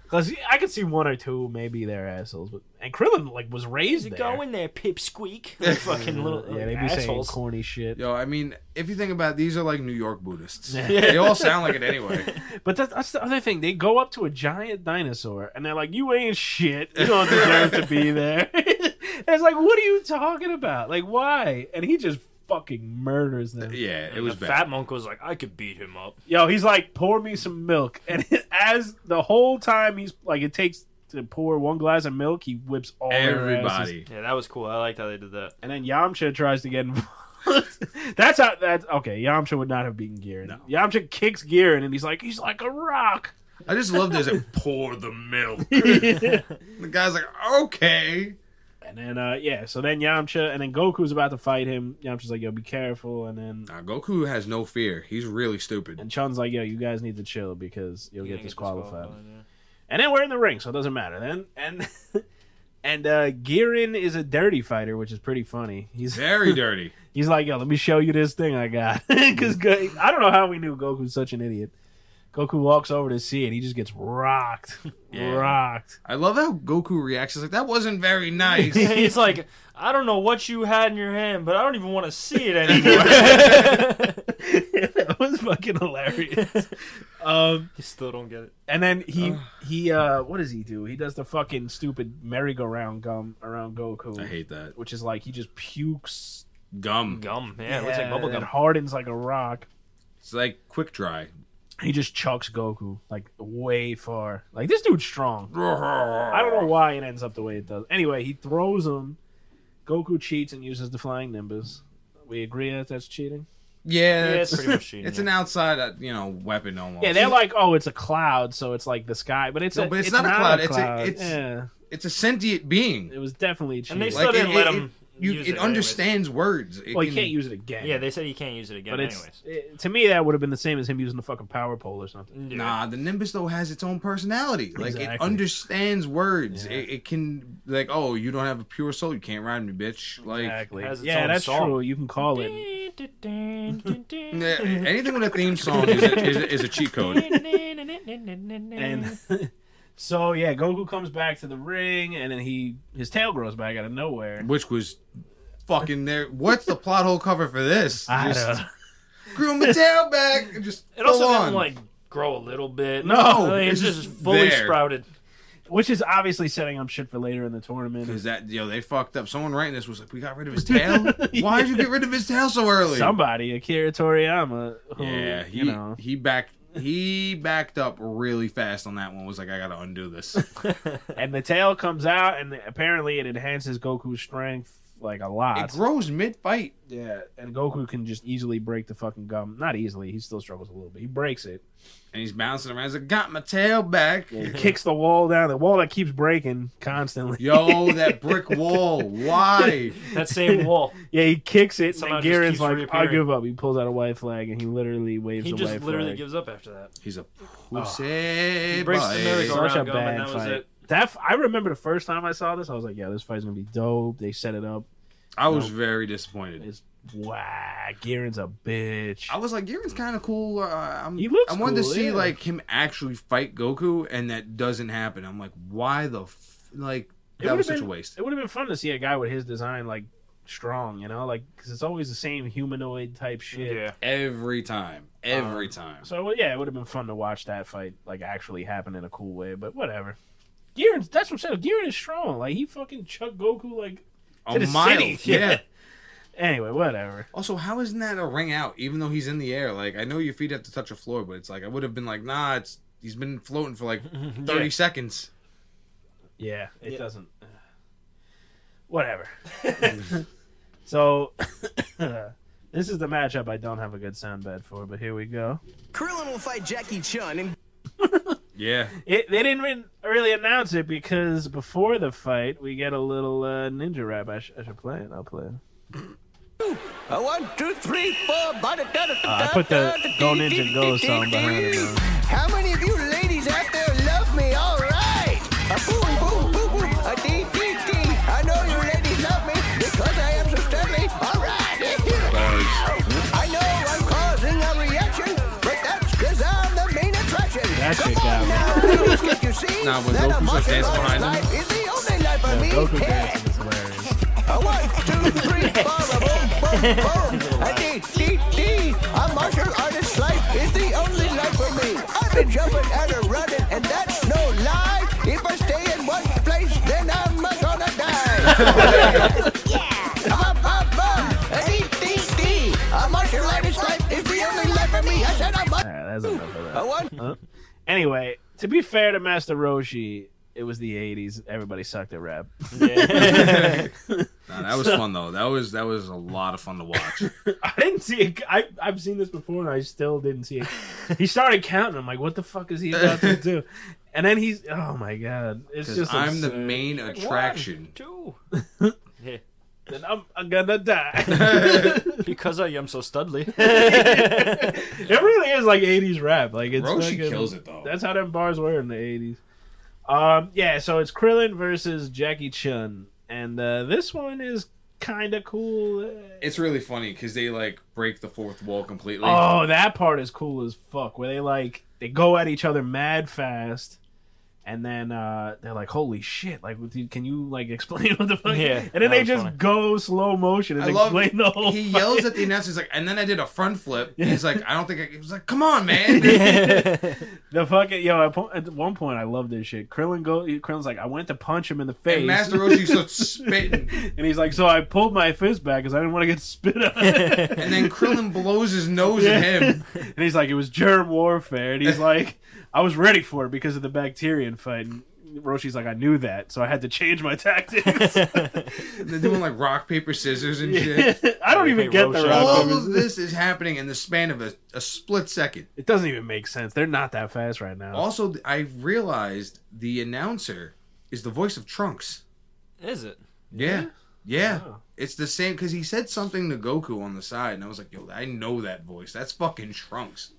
Speaker 4: Cause I could see one or two maybe they're assholes, but and Krillin like was raised there. Uh,
Speaker 5: Go in there, pip squeak. fucking little
Speaker 4: yeah, they be saying
Speaker 5: assholes.
Speaker 4: corny shit.
Speaker 3: Yo, I mean, if you think about, it, these are like New York Buddhists. They all sound like it anyway.
Speaker 4: But that's, that's the other thing. They go up to a giant dinosaur and they're like, "You ain't shit. You don't deserve to be there." and it's like, what are you talking about? Like, why? And he just fucking murders them.
Speaker 3: Yeah, it
Speaker 5: And
Speaker 3: was
Speaker 5: the
Speaker 3: bad.
Speaker 5: fat monk was like, I could beat him up.
Speaker 4: Yo, he's like, "Pour me some milk." And as the whole time he's like, it takes to pour one glass of milk, he whips all their asses.
Speaker 3: Everybody.
Speaker 5: Yeah, that was cool. I liked how they did that.
Speaker 4: And then Yamcha tries to get involved. that's how. That's okay. Yamcha would not have beaten Gear.
Speaker 3: No.
Speaker 4: Yamcha kicks Gear, and he's like, he's like a rock.
Speaker 3: I just love this. Like, Pour the milk. The guy's like, okay.
Speaker 4: And then, uh, yeah, so then Yamcha, and then Goku's about to fight him. Yamcha's like, yo, be careful. And then,
Speaker 3: Now, Goku has no fear. He's really stupid.
Speaker 4: and Chun's like, yo, you guys need to chill because you'll get disqualified. And then we're in the ring, so it doesn't matter. Then, and, and, uh, Gearin is a dirty fighter, which is pretty funny. He's,
Speaker 3: Very dirty.
Speaker 4: he's like, yo, let me show you this thing I got. Cause Go- I don't know how we knew Goku's such an idiot. Goku walks over to see it. He just gets rocked.
Speaker 3: Yeah.
Speaker 4: Rocked.
Speaker 3: I love how Goku reacts. He's like, that wasn't very nice.
Speaker 5: And he's like, I don't know what you had in your hand, but I don't even want to see it anymore.
Speaker 4: that was fucking hilarious. Um,
Speaker 5: you still don't get it.
Speaker 4: And then he he uh what does he do? He does the fucking stupid merry-go-round gum around Goku,
Speaker 3: I hate that.
Speaker 4: which is like he just pukes.
Speaker 3: Gum.
Speaker 5: Gum. Yeah, it looks like bubble
Speaker 4: It
Speaker 5: gum.
Speaker 4: hardens like a rock.
Speaker 3: It's like quick dry.
Speaker 4: He just chucks Goku like way far. Like this dude's strong. I
Speaker 3: I
Speaker 4: don't know why it ends up the way it does. Anyway, he throws him. Goku cheats and uses the flying nimbus. We agree that that's cheating.
Speaker 3: Yeah,
Speaker 5: Yeah,
Speaker 3: it's,
Speaker 5: it's pretty much cheating.
Speaker 3: it's an outside, uh, you know, weapon almost.
Speaker 4: Yeah, they're like, oh, it's a cloud, so it's like the sky, but it's
Speaker 3: No,
Speaker 4: a,
Speaker 3: but it's not a cloud. It's a- it's-
Speaker 4: yeah,
Speaker 3: it's a sentient being.
Speaker 4: it was definitely cheating.
Speaker 5: and they
Speaker 3: Like,
Speaker 5: still
Speaker 3: it-
Speaker 5: didn't
Speaker 3: it-
Speaker 5: let
Speaker 3: it-
Speaker 5: him.
Speaker 3: You,
Speaker 5: use
Speaker 3: it
Speaker 5: anyways.
Speaker 3: understands words. It
Speaker 4: well, you
Speaker 3: can-
Speaker 4: can't use it again.
Speaker 5: Yeah, they said he can't use it again.
Speaker 4: But it's
Speaker 5: anyways,
Speaker 4: it, to me that would have been the same as him using the fucking power pole or something.
Speaker 5: Yeah.
Speaker 3: Nah, the Nimbus though has its own personality. Like
Speaker 4: Exactly.
Speaker 3: it understands words. It, it can like, oh, you don't have a pure soul. You can't ride me, bitch. Like
Speaker 4: Exactly.
Speaker 5: It has its
Speaker 4: yeah,
Speaker 5: own
Speaker 4: that's
Speaker 5: song.
Speaker 4: true. You can call it.
Speaker 3: yeah, anything with a theme song is a, is, a- is a cheat code.
Speaker 4: And so yeah, Goku comes back to the ring, and then he his tail grows back out of nowhere.
Speaker 3: Which was fucking there. What's the plot hole cover for this?
Speaker 4: I
Speaker 3: Just
Speaker 4: don't know.
Speaker 3: grew my tail back. and Just
Speaker 5: It also
Speaker 3: full
Speaker 5: didn't
Speaker 3: on.
Speaker 5: like grow a little bit.
Speaker 4: No,
Speaker 5: Like,
Speaker 3: it's
Speaker 5: it's just
Speaker 3: just
Speaker 5: fully
Speaker 3: there.
Speaker 5: sprouted.
Speaker 4: Which is obviously setting up shit for later in the tournament.
Speaker 3: Cause that yo, they fucked up. Someone writing this was like, "We got rid of his tail. Why did you get rid of his tail so early?"
Speaker 4: Somebody, Akira Toriyama, who,
Speaker 3: Yeah, he
Speaker 4: you know,
Speaker 3: he backed he backed up really fast on that one. Was like, I gotta undo this.
Speaker 4: and the tail comes out, and apparently it enhances Goku's strength like a
Speaker 3: it
Speaker 4: lot.
Speaker 3: grows mid fight.
Speaker 4: yeah, and Goku can just easily break the fucking gum. Not easily, he still struggles a little bit. He breaks it.
Speaker 3: And he's bouncing around. He's like, got my tail back.
Speaker 4: He kicks the wall down, the wall that keeps breaking constantly.
Speaker 3: Yo, that brick wall. Why?
Speaker 5: That same wall.
Speaker 4: Yeah, he kicks it,
Speaker 5: Somehow
Speaker 4: and
Speaker 5: just
Speaker 4: Garen's
Speaker 5: keeps
Speaker 4: like, "I
Speaker 5: reappearing.
Speaker 4: give up." He pulls out a white flag, and he literally waves
Speaker 5: He
Speaker 4: the
Speaker 5: just
Speaker 4: white
Speaker 5: literally
Speaker 4: flag.
Speaker 5: gives up after that.
Speaker 3: He's a pussy. He
Speaker 5: breaks the merry-go-round.
Speaker 4: Such a
Speaker 5: around gum, and
Speaker 4: bad
Speaker 5: that was
Speaker 4: fight.
Speaker 5: it.
Speaker 4: That f- I remember the first time I saw this, I was like, "Yeah, this fight's gonna be dope." They set it up.
Speaker 3: I was very disappointed.
Speaker 4: It's wow, Garen's a bitch.
Speaker 3: I was like, Garen's kind of cool. Uh, I'm,
Speaker 4: Mm. He looks
Speaker 3: I wanted
Speaker 4: cool,
Speaker 3: to see
Speaker 4: yeah.
Speaker 3: like him actually fight Goku, and that doesn't happen. I'm like, why the f-? like
Speaker 4: It
Speaker 3: that
Speaker 4: would've
Speaker 3: was such
Speaker 4: been-
Speaker 3: a waste.
Speaker 4: It would have been fun to see a guy with his design like strong, you know, like because it's always the same humanoid type shit.
Speaker 5: Yeah.
Speaker 3: Every time, every
Speaker 4: Um,
Speaker 3: time.
Speaker 4: So yeah, it would have been fun to watch that fight like actually happen in a cool way, but whatever. Garen's that's what I'm saying. Garen is strong. Like he fucking chucked Goku like
Speaker 3: A
Speaker 4: to the
Speaker 3: mile.
Speaker 4: city.
Speaker 3: yeah.
Speaker 4: Anyway, whatever.
Speaker 3: Also, how isn't that a ring out? Even though he's in the air, like I know your feet have to touch a floor, but it's like I would have been like, nah, it's he's been floating for like thirty seconds.
Speaker 4: Yeah, it doesn't. uh, Whatever. so, uh, This is the matchup I don't have a good sound bed for, but here we go.
Speaker 1: Krillin will fight Jackie Chun in
Speaker 3: Yeah.
Speaker 4: It, they didn't re- really announce it because before the fight, we get a little uh, ninja rap. I, sh- I should play it. I'll play it.
Speaker 1: a one, two, three, four. bada, da, da,
Speaker 4: Uh, I
Speaker 1: da,
Speaker 4: put the
Speaker 1: da, da,
Speaker 4: Go
Speaker 1: dee,
Speaker 4: Ninja
Speaker 1: dee,
Speaker 4: Go
Speaker 1: dee,
Speaker 4: song
Speaker 1: dee,
Speaker 4: behind it,
Speaker 1: dee.
Speaker 4: though.
Speaker 1: How many of you ladies out there love me? All right. A boom, boom, boom, boom. A dee, dee, dee. I know you ladies love me because I am so studly. All right. I know I'm causing a reaction, but that's because I'm the main attraction.
Speaker 4: That
Speaker 1: Come
Speaker 4: shit
Speaker 1: on
Speaker 4: got me.
Speaker 1: now, ladies, can't you see
Speaker 3: Nah, when
Speaker 1: that a
Speaker 3: Goku's
Speaker 1: martial
Speaker 3: just dancing
Speaker 1: artist
Speaker 3: behind him.
Speaker 1: life is the only life a me
Speaker 4: Goku
Speaker 1: can.
Speaker 4: dancing is hilarious.
Speaker 1: A one, two, three, four, a boom, boom, boom. A dee, dee, dee. A martial artist's life is the only life for me. I've been jumping and a running, and that's no lie. If I stay in one place, then I'm a gonna die. yeah. Up, up, up. A dee, dee, dee. A martial artist's life is the only life for me. I said a
Speaker 4: All
Speaker 1: one.
Speaker 4: right, that's enough of that.
Speaker 1: A one.
Speaker 4: Anyway, to be fair to Master Roshi, it was the 80s. Everybody sucked at rap.
Speaker 3: Nah, that was fun though. That was that was a lot of fun to watch.
Speaker 4: I didn't see it. I, I've seen this before and I still didn't see it. He started counting. I'm like, what the fuck is he about to do? And then he's, oh my God. It's
Speaker 3: Because
Speaker 4: just,
Speaker 3: I'm the
Speaker 4: absurd.
Speaker 3: main attraction.
Speaker 5: One, two. Yeah.
Speaker 4: And I'm, I'm gonna die. it
Speaker 5: Because I am so studly.
Speaker 4: really is like 80s rap. Like it's
Speaker 3: Roshi
Speaker 4: fucking-
Speaker 3: kills it though.
Speaker 4: That's how them bars were in the 80s. Um, yeah, so it's Krillin versus Jackie Chun. And uh, this one is kind of cool. Uh,
Speaker 3: It's really funny because they like break the fourth wall completely.
Speaker 4: Oh, that part is cool as fuck. Where they like they go at each other mad fast, and then uh they're like, "Holy shit!" Like, with you- can you like explain what the fuck?
Speaker 5: Yeah,
Speaker 4: And then
Speaker 5: that
Speaker 4: they
Speaker 5: was
Speaker 4: just
Speaker 5: funny.
Speaker 4: go slow motion and
Speaker 3: I love.
Speaker 4: explain the whole.
Speaker 3: he
Speaker 4: fight.
Speaker 3: yells at the announcer. He's like, and then I did a front flip. He's like, I don't think I. He was like, come on, man.
Speaker 4: the fucking yo. At, po- at one point, I love this shit. Krillin go. Krillin's like, I went to punch him in the face.
Speaker 3: and Master Roshi starts spitting,
Speaker 4: and he's like, so I pulled my fist back because I didn't want to get spit on.
Speaker 3: and then Krillin blows his nose at him.
Speaker 4: and he's like, it was germ warfare. And he's like, I was ready for it because of the Bacterian fight. And Roshi's like, I knew that, so I had to change my tactics.
Speaker 3: And they're doing like rock paper scissors and shit.
Speaker 4: I don't even
Speaker 5: Hey,
Speaker 4: get the
Speaker 5: Roshi.
Speaker 4: rock.
Speaker 3: All
Speaker 4: paper
Speaker 3: of
Speaker 4: scissors.
Speaker 3: this is happening in the span of a, a split second.
Speaker 4: It doesn't even make sense. They're not that fast right now.
Speaker 3: Also, I realized the announcer is the voice of Trunks.
Speaker 5: Is it?
Speaker 3: Yeah. Yeah.
Speaker 4: Wow.
Speaker 3: It's the same because he said something to Goku on the side, and I was like, yo, I know that voice. That's fucking Trunks.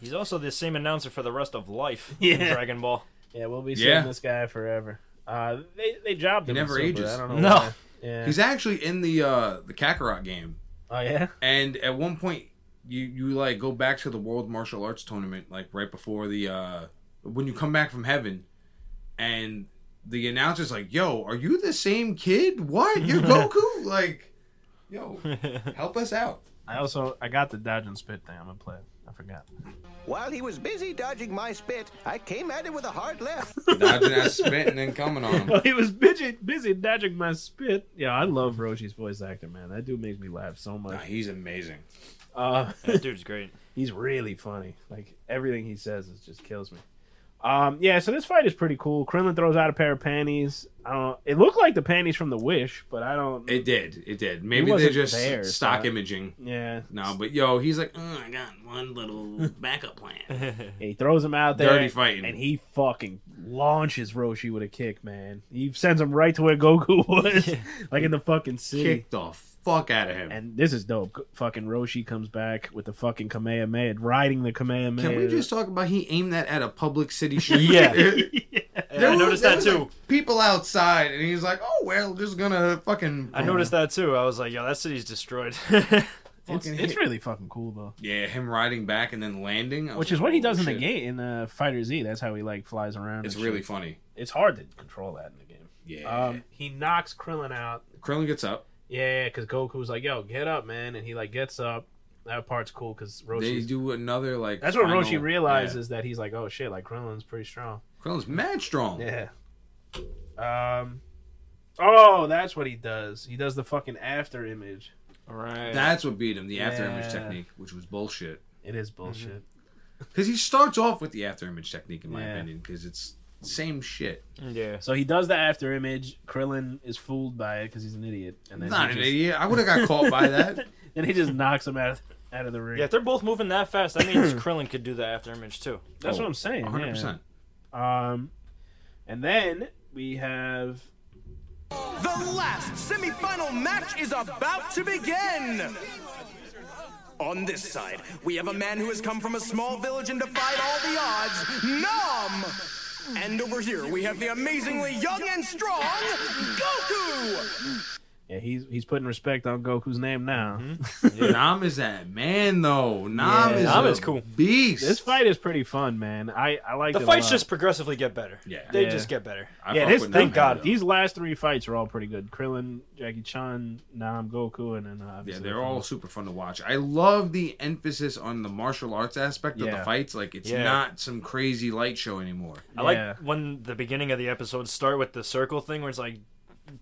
Speaker 5: He's also the same announcer for the rest of life in
Speaker 4: Yeah.
Speaker 5: Dragon Ball.
Speaker 4: yeah, we'll be
Speaker 3: Yeah.
Speaker 4: seeing this guy forever. Uh, they they jobbed
Speaker 3: He
Speaker 4: him. in
Speaker 3: never
Speaker 4: Super.
Speaker 3: ages.
Speaker 4: I don't know.
Speaker 5: No.
Speaker 4: why. Yeah.
Speaker 3: He's actually in the uh the Kakarot game.
Speaker 4: oh yeah.
Speaker 3: And at one point you you like go back to the World Martial Arts tournament, like right before the uh when you come back from heaven and the announcer's like, Yo, are you the same kid? What? You're Goku? Like, yo, help us out.
Speaker 4: I also I got the dodge and spit thing. I'm gonna play. it. I forgot.
Speaker 1: While he was busy dodging my spit, I came at him with a hard left.
Speaker 3: Dodging that spit and then coming on him.
Speaker 4: Well, Oh, he was busy busy dodging my spit. Yeah, I love Roshi's voice actor, man. That dude makes me laugh so
Speaker 3: Nah,
Speaker 4: much.
Speaker 3: he's amazing.
Speaker 4: Uh,
Speaker 5: That dude's great.
Speaker 4: he's really funny. Like everything he says is just kills me. Um, yeah, so this fight is pretty cool. Krillin throws out a pair of panties. I don't. It looked like the panties from The Wish, but I don't.
Speaker 3: It did. It did. Maybe they're
Speaker 4: wasn't
Speaker 3: just
Speaker 4: there, so
Speaker 3: stock
Speaker 4: I-
Speaker 3: imaging.
Speaker 4: yeah,
Speaker 3: No, but yo, he's like, "Mm, I got one little backup plan.
Speaker 4: he throws him out there.
Speaker 3: Dirty fighting.
Speaker 4: and he fucking launches Roshi with a kick, man. He sends him right to where Goku was, like in the fucking city.
Speaker 3: Kick the fuck out of him.
Speaker 4: And this is dope. G- Fucking Roshi comes back with the fucking Kamehameha, riding the Kamehameha.
Speaker 3: Can we just talk about he aimed that at a public city street?
Speaker 5: Yeah.
Speaker 3: There
Speaker 5: I
Speaker 3: was-
Speaker 5: noticed
Speaker 3: there
Speaker 5: that
Speaker 3: was,
Speaker 5: too.
Speaker 3: like, people outside, and he's like, "Oh well, just gonna fucking."
Speaker 5: I noticed that too. I was like, yo, that city's destroyed.
Speaker 4: It's,
Speaker 3: fucking
Speaker 4: it's
Speaker 3: hit.
Speaker 4: really fucking cool though.
Speaker 3: Yeah, him riding back and then landing, I was
Speaker 4: Which is
Speaker 3: like,
Speaker 4: what he
Speaker 3: "Holy
Speaker 4: does in the
Speaker 3: shit."
Speaker 4: game in uh, Fighter Z. That's how he like flies around.
Speaker 3: It's
Speaker 4: and
Speaker 3: really
Speaker 4: shit.
Speaker 3: funny.
Speaker 4: It's hard to control that in the game.
Speaker 3: Yeah.
Speaker 4: Um, he knocks Krillin out.
Speaker 3: Krillin gets up.
Speaker 4: Yeah, because Goku's like, "Yo, get up, man!" And he like gets up. That part's cool because
Speaker 3: They
Speaker 4: Roshi.
Speaker 3: do another like.
Speaker 4: That's when
Speaker 3: final-
Speaker 4: Roshi realizes that he's like, "Oh shit!" Like Krillin's pretty strong.
Speaker 3: Yeah. Krillin's mad strong.
Speaker 4: Yeah. Um. Oh, that's what he does. He does the fucking after image.
Speaker 5: right.
Speaker 3: That's what beat him. The after image
Speaker 4: Yeah.
Speaker 3: technique, which was bullshit.
Speaker 4: It is bullshit.
Speaker 3: Because he starts off with the after image technique, in my
Speaker 4: Yeah.
Speaker 3: opinion, because it's Same shit.
Speaker 5: Yeah.
Speaker 4: So he does the after image. Krillin is fooled by it because he's an idiot, and then
Speaker 3: Not
Speaker 4: he
Speaker 3: an
Speaker 4: just,
Speaker 3: idiot. I would have got caught by that.
Speaker 4: Then he just knocks him out of, out of the ring.
Speaker 5: Yeah, if they're both moving that fast, that means Krillin could do the after image too.
Speaker 4: that's what I'm saying. yeah.
Speaker 3: 100. Oh, percent
Speaker 4: Um, and then we have
Speaker 1: The last semi-final match is about to begin! On this side, we have a man who has come from a small village and defied all the odds, Nom! And over here, we have the amazingly young and strong Goku!
Speaker 4: yeah he's he's putting respect on Goku's name now.
Speaker 3: Mm-hmm. Nam is that man though. Nam
Speaker 4: Yeah.
Speaker 3: is
Speaker 5: Nam
Speaker 3: a
Speaker 5: is cool.
Speaker 3: Beast.
Speaker 4: This fight is pretty fun, man. I I like
Speaker 5: The
Speaker 4: it a
Speaker 5: fights
Speaker 4: lot.
Speaker 5: just progressively get better.
Speaker 3: Yeah.
Speaker 5: They
Speaker 4: Yeah.
Speaker 5: just get better.
Speaker 3: I
Speaker 4: yeah.
Speaker 3: fuck
Speaker 4: This
Speaker 3: with
Speaker 4: thank
Speaker 3: Nam,
Speaker 4: God
Speaker 3: though.
Speaker 4: these last three fights are all pretty good. Krillin, Jackie Chan, Nam, Goku, and then uh,
Speaker 3: Yeah,
Speaker 4: obviously
Speaker 3: they're all super fun to watch. I love the emphasis on the martial arts aspect of
Speaker 4: Yeah.
Speaker 3: the fights. Like it's
Speaker 5: Yeah.
Speaker 3: not some crazy light show anymore.
Speaker 5: I
Speaker 4: Yeah.
Speaker 5: like when the beginning of the episodes start with the circle thing where it's like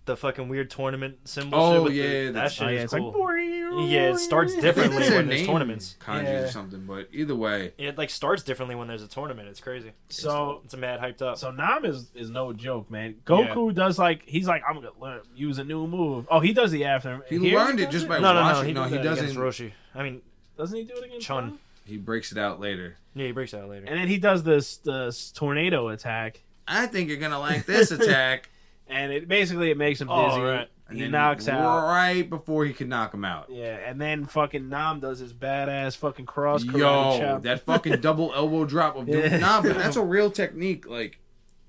Speaker 5: the fucking weird tournament symbol.
Speaker 3: Oh,
Speaker 5: shit with the-
Speaker 3: yeah,
Speaker 5: that
Speaker 3: that's-
Speaker 5: shit
Speaker 4: Oh, yeah,
Speaker 5: is
Speaker 4: it's
Speaker 5: cool.
Speaker 4: like
Speaker 5: yeah, it
Speaker 3: I
Speaker 5: starts
Speaker 3: think
Speaker 5: differently
Speaker 3: that's their
Speaker 5: when there's
Speaker 3: name,
Speaker 5: tournaments.
Speaker 3: Kanji
Speaker 5: Yeah.
Speaker 3: or something. But either way,
Speaker 5: It like starts differently when there's a tournament. It's crazy.
Speaker 4: So
Speaker 5: It's a mad hyped up.
Speaker 4: So Nam is is no joke, man. Goku does like he's like I'm gonna learn use a new move. Oh, he does the after.
Speaker 3: he
Speaker 4: here
Speaker 3: learned it
Speaker 4: does
Speaker 3: just by
Speaker 5: no, no, no.
Speaker 3: watching.
Speaker 5: He,
Speaker 3: No, he,
Speaker 5: did that against
Speaker 3: doesn't.
Speaker 5: Roshi. I mean,
Speaker 4: Doesn't he do it again?
Speaker 5: Chun.
Speaker 3: He breaks it out later.
Speaker 5: Yeah, he breaks out later.
Speaker 4: And then he does this this tornado attack,
Speaker 3: I think you're gonna like this attack.
Speaker 4: and it basically it makes him
Speaker 5: Oh,
Speaker 4: dizzy.
Speaker 5: right.
Speaker 3: And
Speaker 4: He
Speaker 3: then
Speaker 4: knocks out.
Speaker 3: right before he can knock him out.
Speaker 4: Yeah, and then fucking Nam does his badass fucking cross karate
Speaker 3: Yo,
Speaker 4: chop.
Speaker 3: that fucking double elbow drop of doing
Speaker 4: Yeah.
Speaker 3: nah, but that's a real technique. Like,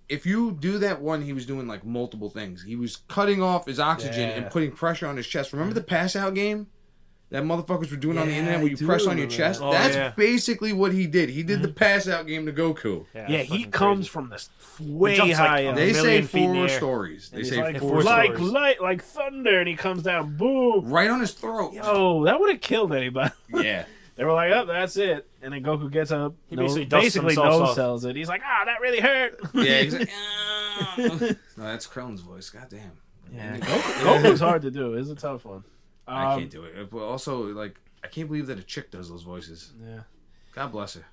Speaker 3: if you do that one, he was doing like multiple things. He was cutting off his oxygen
Speaker 4: Yeah.
Speaker 3: and putting pressure on his chest. Remember the pass out game that motherfuckers were doing on the
Speaker 4: Yeah,
Speaker 3: internet
Speaker 4: I
Speaker 3: where you
Speaker 4: do
Speaker 3: press on your
Speaker 4: remember
Speaker 3: chest?
Speaker 4: that. Mm-hmm.
Speaker 5: Oh,
Speaker 3: that's
Speaker 5: yeah.
Speaker 3: basically what he did. He did the pass out game to Goku.
Speaker 4: yeah,
Speaker 5: it's
Speaker 4: he
Speaker 5: fucking
Speaker 4: comes
Speaker 5: crazy.
Speaker 4: from this way
Speaker 5: jumps, like,
Speaker 4: high
Speaker 5: a
Speaker 4: up.
Speaker 3: They say
Speaker 5: million feet in the
Speaker 3: four
Speaker 5: air.
Speaker 3: stories. They
Speaker 4: He's
Speaker 3: say
Speaker 4: like,
Speaker 5: four
Speaker 4: like
Speaker 5: stories.
Speaker 4: light, like thunder, and he comes down. Boom!
Speaker 3: right on his throat.
Speaker 4: Yo, that would have killed anybody.
Speaker 3: Yeah.
Speaker 4: They were like, "Oh, that's it," and then Goku gets up.
Speaker 5: He basically dusts himself
Speaker 4: no
Speaker 5: off.
Speaker 4: sells it. He's like, "Ah, that really hurt."
Speaker 3: Yeah, he's like, "Ah." no, that's Krillin's voice. God damn.
Speaker 4: Yeah, Goku, Goku's hard to do. It's a tough one. Um,
Speaker 3: I can't do it. But also, like, I can't believe that a chick does those voices.
Speaker 4: Um, Yeah,
Speaker 3: God bless her.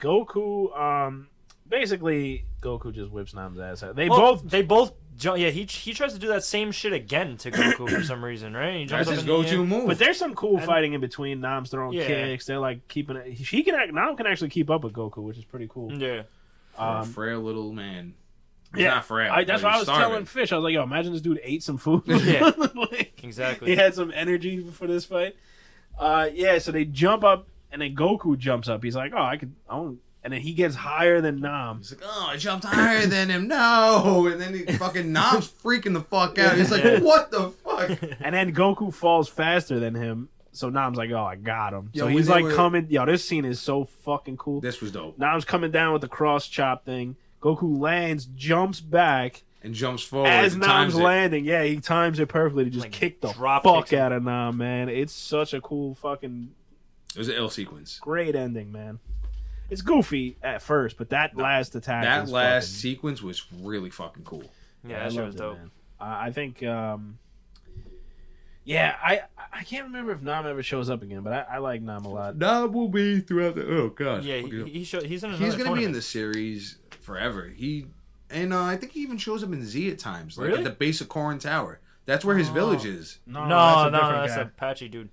Speaker 4: Goku. Um, basically, Goku just whips Nam's ass out. They
Speaker 5: Well,
Speaker 4: both.
Speaker 5: They both. Jump, yeah, he he tries to do that same shit again to Goku for some reason, right? He
Speaker 3: That's
Speaker 5: jumps up
Speaker 3: his
Speaker 5: in the air.
Speaker 3: go-to move.
Speaker 4: But there's some cool fighting in between. Nam's throwing
Speaker 5: Yeah.
Speaker 4: kicks. They're like keeping it. He can act. Nam can actually keep up with Goku, which is pretty cool.
Speaker 5: Yeah,
Speaker 3: a
Speaker 4: Um,
Speaker 3: frail little man. He's
Speaker 4: yeah,
Speaker 3: not frail.
Speaker 4: I, that's
Speaker 3: but
Speaker 4: what I was
Speaker 3: he's starving.
Speaker 4: telling Fish. I was like, "Yo, imagine this dude ate some food."
Speaker 5: Yeah.
Speaker 4: Like-
Speaker 5: exactly.
Speaker 4: he had some energy for this fight. Uh, yeah, so they jump up, and then Goku jumps up. He's like, "Oh, I could." I don't... And then he gets higher than Nam.
Speaker 3: He's like, oh, I jumped higher than him. No, and then he fucking Nam's freaking the fuck out. He's like, what the fuck?
Speaker 4: And then Goku falls faster than him. So Nam's like, "Oh, I got him."
Speaker 3: Yo,
Speaker 4: so
Speaker 3: when
Speaker 4: he's
Speaker 3: they
Speaker 4: like
Speaker 3: were-
Speaker 4: coming. Yo, this scene is so fucking cool.
Speaker 3: This was dope.
Speaker 4: Nam's coming down with the cross chop thing. Goku lands, jumps back
Speaker 3: And jumps forward.
Speaker 4: as
Speaker 3: and
Speaker 4: Nam's
Speaker 3: Oh, times it.
Speaker 4: landing. Yeah, he times it perfectly to just
Speaker 5: Like,
Speaker 4: kick the
Speaker 5: drop
Speaker 4: fuck
Speaker 5: kicks him.
Speaker 4: out of Nam, man. It's such a cool fucking
Speaker 3: It was an L sequence.
Speaker 4: great ending, man. It's goofy at first, but that last attack.
Speaker 3: That
Speaker 4: is
Speaker 3: last
Speaker 4: fucking-
Speaker 3: sequence was really fucking cool.
Speaker 5: yeah,
Speaker 4: I
Speaker 5: that shit
Speaker 4: loved
Speaker 5: was
Speaker 4: it,
Speaker 5: dope.
Speaker 4: man. I I think. Um, yeah, I I can't remember if Nam ever shows up again, but I, I like Nam a lot.
Speaker 3: Nam will be throughout the. Oh god.
Speaker 5: yeah,
Speaker 3: Look
Speaker 5: he,
Speaker 3: it up.
Speaker 5: he show, he's in another
Speaker 3: he's gonna be in
Speaker 5: tournament.
Speaker 3: the series forever. He and uh, I think he even shows up in Z at times, like
Speaker 5: Really? Oh.
Speaker 3: at the base of Corrin Tower. That's where his village is.
Speaker 4: No,
Speaker 5: No,
Speaker 4: that's a
Speaker 5: no, no,
Speaker 4: different
Speaker 5: that's
Speaker 4: guy.
Speaker 5: Apache dude,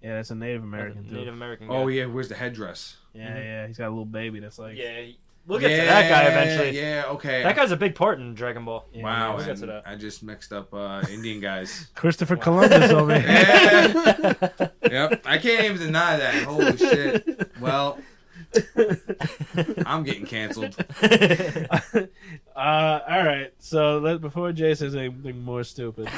Speaker 4: yeah, that's a Native American dude.
Speaker 5: Native American. Guy.
Speaker 3: Oh yeah, where's the headdress?
Speaker 4: Yeah, yeah, he's got a little baby that's like.
Speaker 5: yeah. he- We'll get to that guy
Speaker 3: Yeah,
Speaker 5: eventually.
Speaker 3: Yeah, okay.
Speaker 5: That guy's a big part in Dragon Ball.
Speaker 4: yeah,
Speaker 3: Wow,
Speaker 5: we'll
Speaker 4: yeah.
Speaker 5: get
Speaker 3: and
Speaker 5: to that.
Speaker 3: I just mixed up uh, Indian guys.
Speaker 4: Christopher Columbus over here.
Speaker 3: Yeah. yep, I can't even deny that. Holy shit! Well, I'm getting canceled.
Speaker 4: Uh, all right, so let, before Jay says anything more stupid.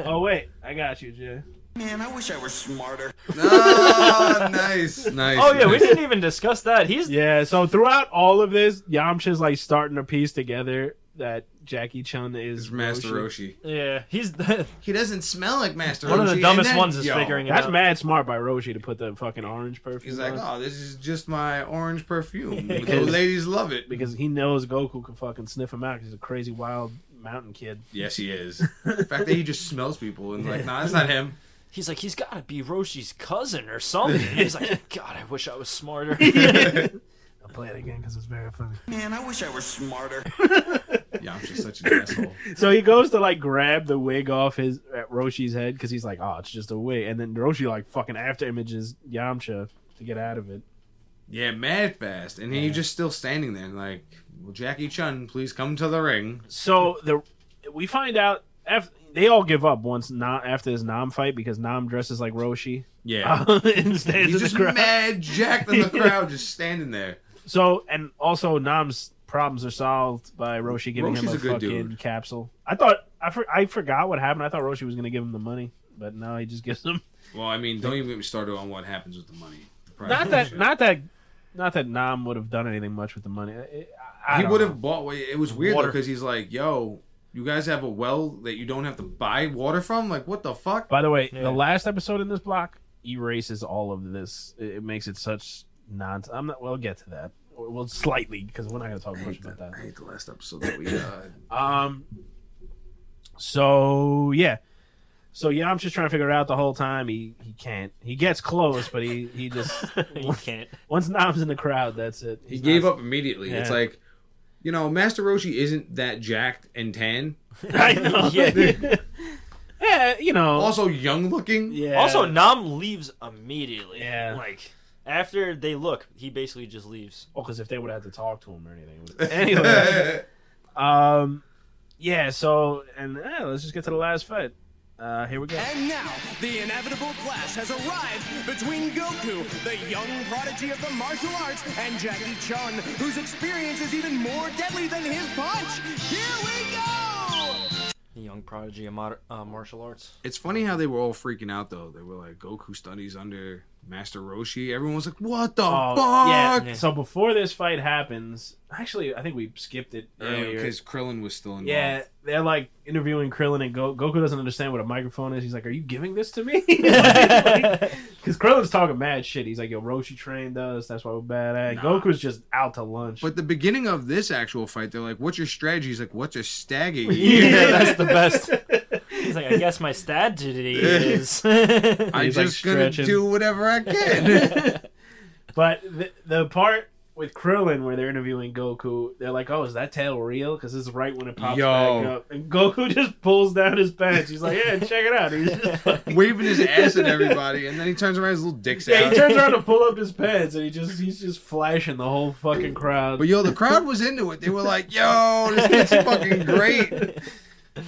Speaker 4: oh wait, I got you, Jay.
Speaker 2: Man, I wish I were smarter.
Speaker 3: Oh, nice, nice.
Speaker 5: Oh yeah, we
Speaker 3: nice.
Speaker 5: didn't even discuss that. He's
Speaker 4: Yeah, so throughout all of this, Yamcha's like starting to piece together that Jackie Chun is
Speaker 3: It's Master Roshi.
Speaker 4: Roshi.
Speaker 5: yeah, he's the,
Speaker 3: He doesn't smell like Master Roshi.
Speaker 5: one of the
Speaker 3: and
Speaker 5: dumbest
Speaker 3: then-
Speaker 5: ones is
Speaker 3: Yo.
Speaker 5: figuring it
Speaker 4: That's
Speaker 5: out.
Speaker 4: mad smart by Roshi to put the fucking orange perfume.
Speaker 3: He's like,
Speaker 4: on,
Speaker 3: oh, this is just my orange perfume. the
Speaker 4: Because-
Speaker 3: ladies love it.
Speaker 4: because he knows Goku can fucking sniff him out. 'cause he's a crazy wild mountain kid.
Speaker 3: Yes, he is. the fact that he just smells people and like, nah, that's not him.
Speaker 5: he's like he's got to be Roshi's cousin or something. he's like, God, I wish I was smarter.
Speaker 4: play it again because it's very funny.
Speaker 2: Man, I wish I were smarter.
Speaker 3: Yeah, I'm just such an asshole.
Speaker 4: So he goes to like grab the wig off his at Roshi's head because he's like, oh, it's just a wig, and then Roshi like fucking after images Yamcha to get out of it.
Speaker 3: Yeah, mad fast, and then you're just still standing there, and like, well, Jackie Chun, please come to the ring.
Speaker 4: So the we find out after, they all give up once Nam, after this Nam fight because Nam dresses like Roshi
Speaker 3: Yeah,
Speaker 4: uh, and stands
Speaker 3: he's
Speaker 4: in the
Speaker 3: just
Speaker 4: crowd.
Speaker 3: mad jacked in the crowd, just standing there.
Speaker 4: So and also Nam's problems are solved by Roshi giving him
Speaker 3: Roshi's
Speaker 4: a,
Speaker 3: a good
Speaker 4: fucking
Speaker 3: dude.
Speaker 4: capsule. I thought I for, I forgot what happened. I thought Roshi was gonna give him the money, but no, he just gives him
Speaker 3: Well, I mean, don't even get me started on what happens with the money. The prize
Speaker 4: not
Speaker 3: is
Speaker 4: that
Speaker 3: shit.
Speaker 4: not that not that Nam would have done anything much with the money. I- I- I
Speaker 3: he
Speaker 4: don't
Speaker 3: would
Speaker 4: know.
Speaker 3: have bought. well, It was weird
Speaker 5: Water.
Speaker 3: because he's like, "Yo, you guys have a well that you don't have to buy water from. Like, what the fuck?"
Speaker 4: By the way,
Speaker 5: Yeah.
Speaker 4: the last episode in this block erases all of this. It, it makes it such nonsense. I'm not. We'll get to that. We'll slightly because we're not going to talk much about that.
Speaker 3: I hate the last episode that we. Uh,
Speaker 4: Um. So yeah, so yeah, I'm just trying to figure it out the whole time. He he can't. He gets close, but he he just
Speaker 5: you can't.
Speaker 4: once Nam's in the crowd, that's it.
Speaker 3: he gave up immediately. It's
Speaker 4: Yeah.
Speaker 3: like, you know, Master Roshi isn't that jacked and tan.
Speaker 4: I know. yeah.
Speaker 5: Yeah.
Speaker 4: you know.
Speaker 3: Also young looking.
Speaker 4: yeah.
Speaker 5: Also, Nam leaves immediately.
Speaker 4: Yeah.
Speaker 5: Like after they look, he basically just leaves.
Speaker 4: because Oh, if they would have to talk to him or anything. it would- Anyway. Um, yeah. So, and eh, let's just get to the last fight. Uh, here we go.
Speaker 9: And now, the inevitable clash has arrived between Goku, the young prodigy of the martial arts, and Jackie Chun, whose experience is even more deadly than his punch. Here we go!
Speaker 5: The young prodigy of moder- uh, martial arts.
Speaker 3: It's funny how they were all freaking out though. They were like, "Goku studies under Master Roshi." Everyone was like, "What the
Speaker 4: Oh,
Speaker 3: fuck?"
Speaker 4: yeah. So before this fight happens, actually, I think we skipped it earlier.
Speaker 3: because Krillin was still involved.
Speaker 4: yeah, they're like interviewing Krillin, and Go- Goku doesn't understand what a microphone is. He's like, "Are you giving this to me?" Because Krillin's talking mad shit. He's like, "Yo, Roshi trained us. That's why we're bad at." it."
Speaker 3: Nah.
Speaker 4: Goku's just out to lunch.
Speaker 3: But the beginning of this actual fight, they're like, "What's your strategy?" He's like, "What's your stagging?"
Speaker 5: Yeah, that's the best. He's like, I guess my stat today is.
Speaker 3: I'm
Speaker 4: He's, like,
Speaker 3: just gonna
Speaker 4: stretching.
Speaker 3: do whatever I can.
Speaker 4: But the, the part with Krillin where they're interviewing Goku, they're like, "Oh, is that tail real?" Because this is right when it pops
Speaker 3: Yo.
Speaker 4: back up, and Goku just pulls down his pants. He's like, "Yeah, check it out." He's just fucking-
Speaker 3: Waving his ass at everybody, and then he turns around, his little dick's
Speaker 4: yeah,
Speaker 3: out.
Speaker 4: he turns around to pull up his pants, and he just he's just flashing the whole fucking crowd.
Speaker 3: But yo, the crowd was into it. They were like, "Yo, this kid's fucking great."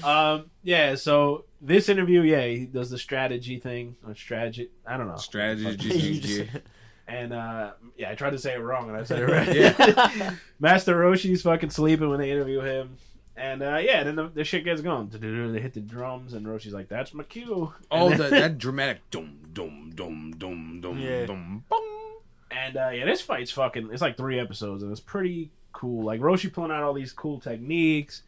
Speaker 4: Um, yeah. So this interview, yeah, he does the strategy thing or strategy. I don't know.
Speaker 5: You
Speaker 3: Strategy,
Speaker 5: just-
Speaker 4: And uh, yeah, I tried to say it wrong, and I said it right.
Speaker 3: Yeah.
Speaker 4: Master Roshi's fucking sleeping when they interview him. And uh, yeah, then the, the shit gets going. Du-du-du, They hit the drums, and Roshi's like, "That's my cue."
Speaker 3: all
Speaker 4: and,
Speaker 3: Oh, the, that dramatic dum dum dum dum dum
Speaker 5: Yeah.
Speaker 3: dum bum.
Speaker 4: and uh, yeah, this fight's fucking. It's like three episodes, and it's pretty cool. Like Roshi pulling out all these cool techniques.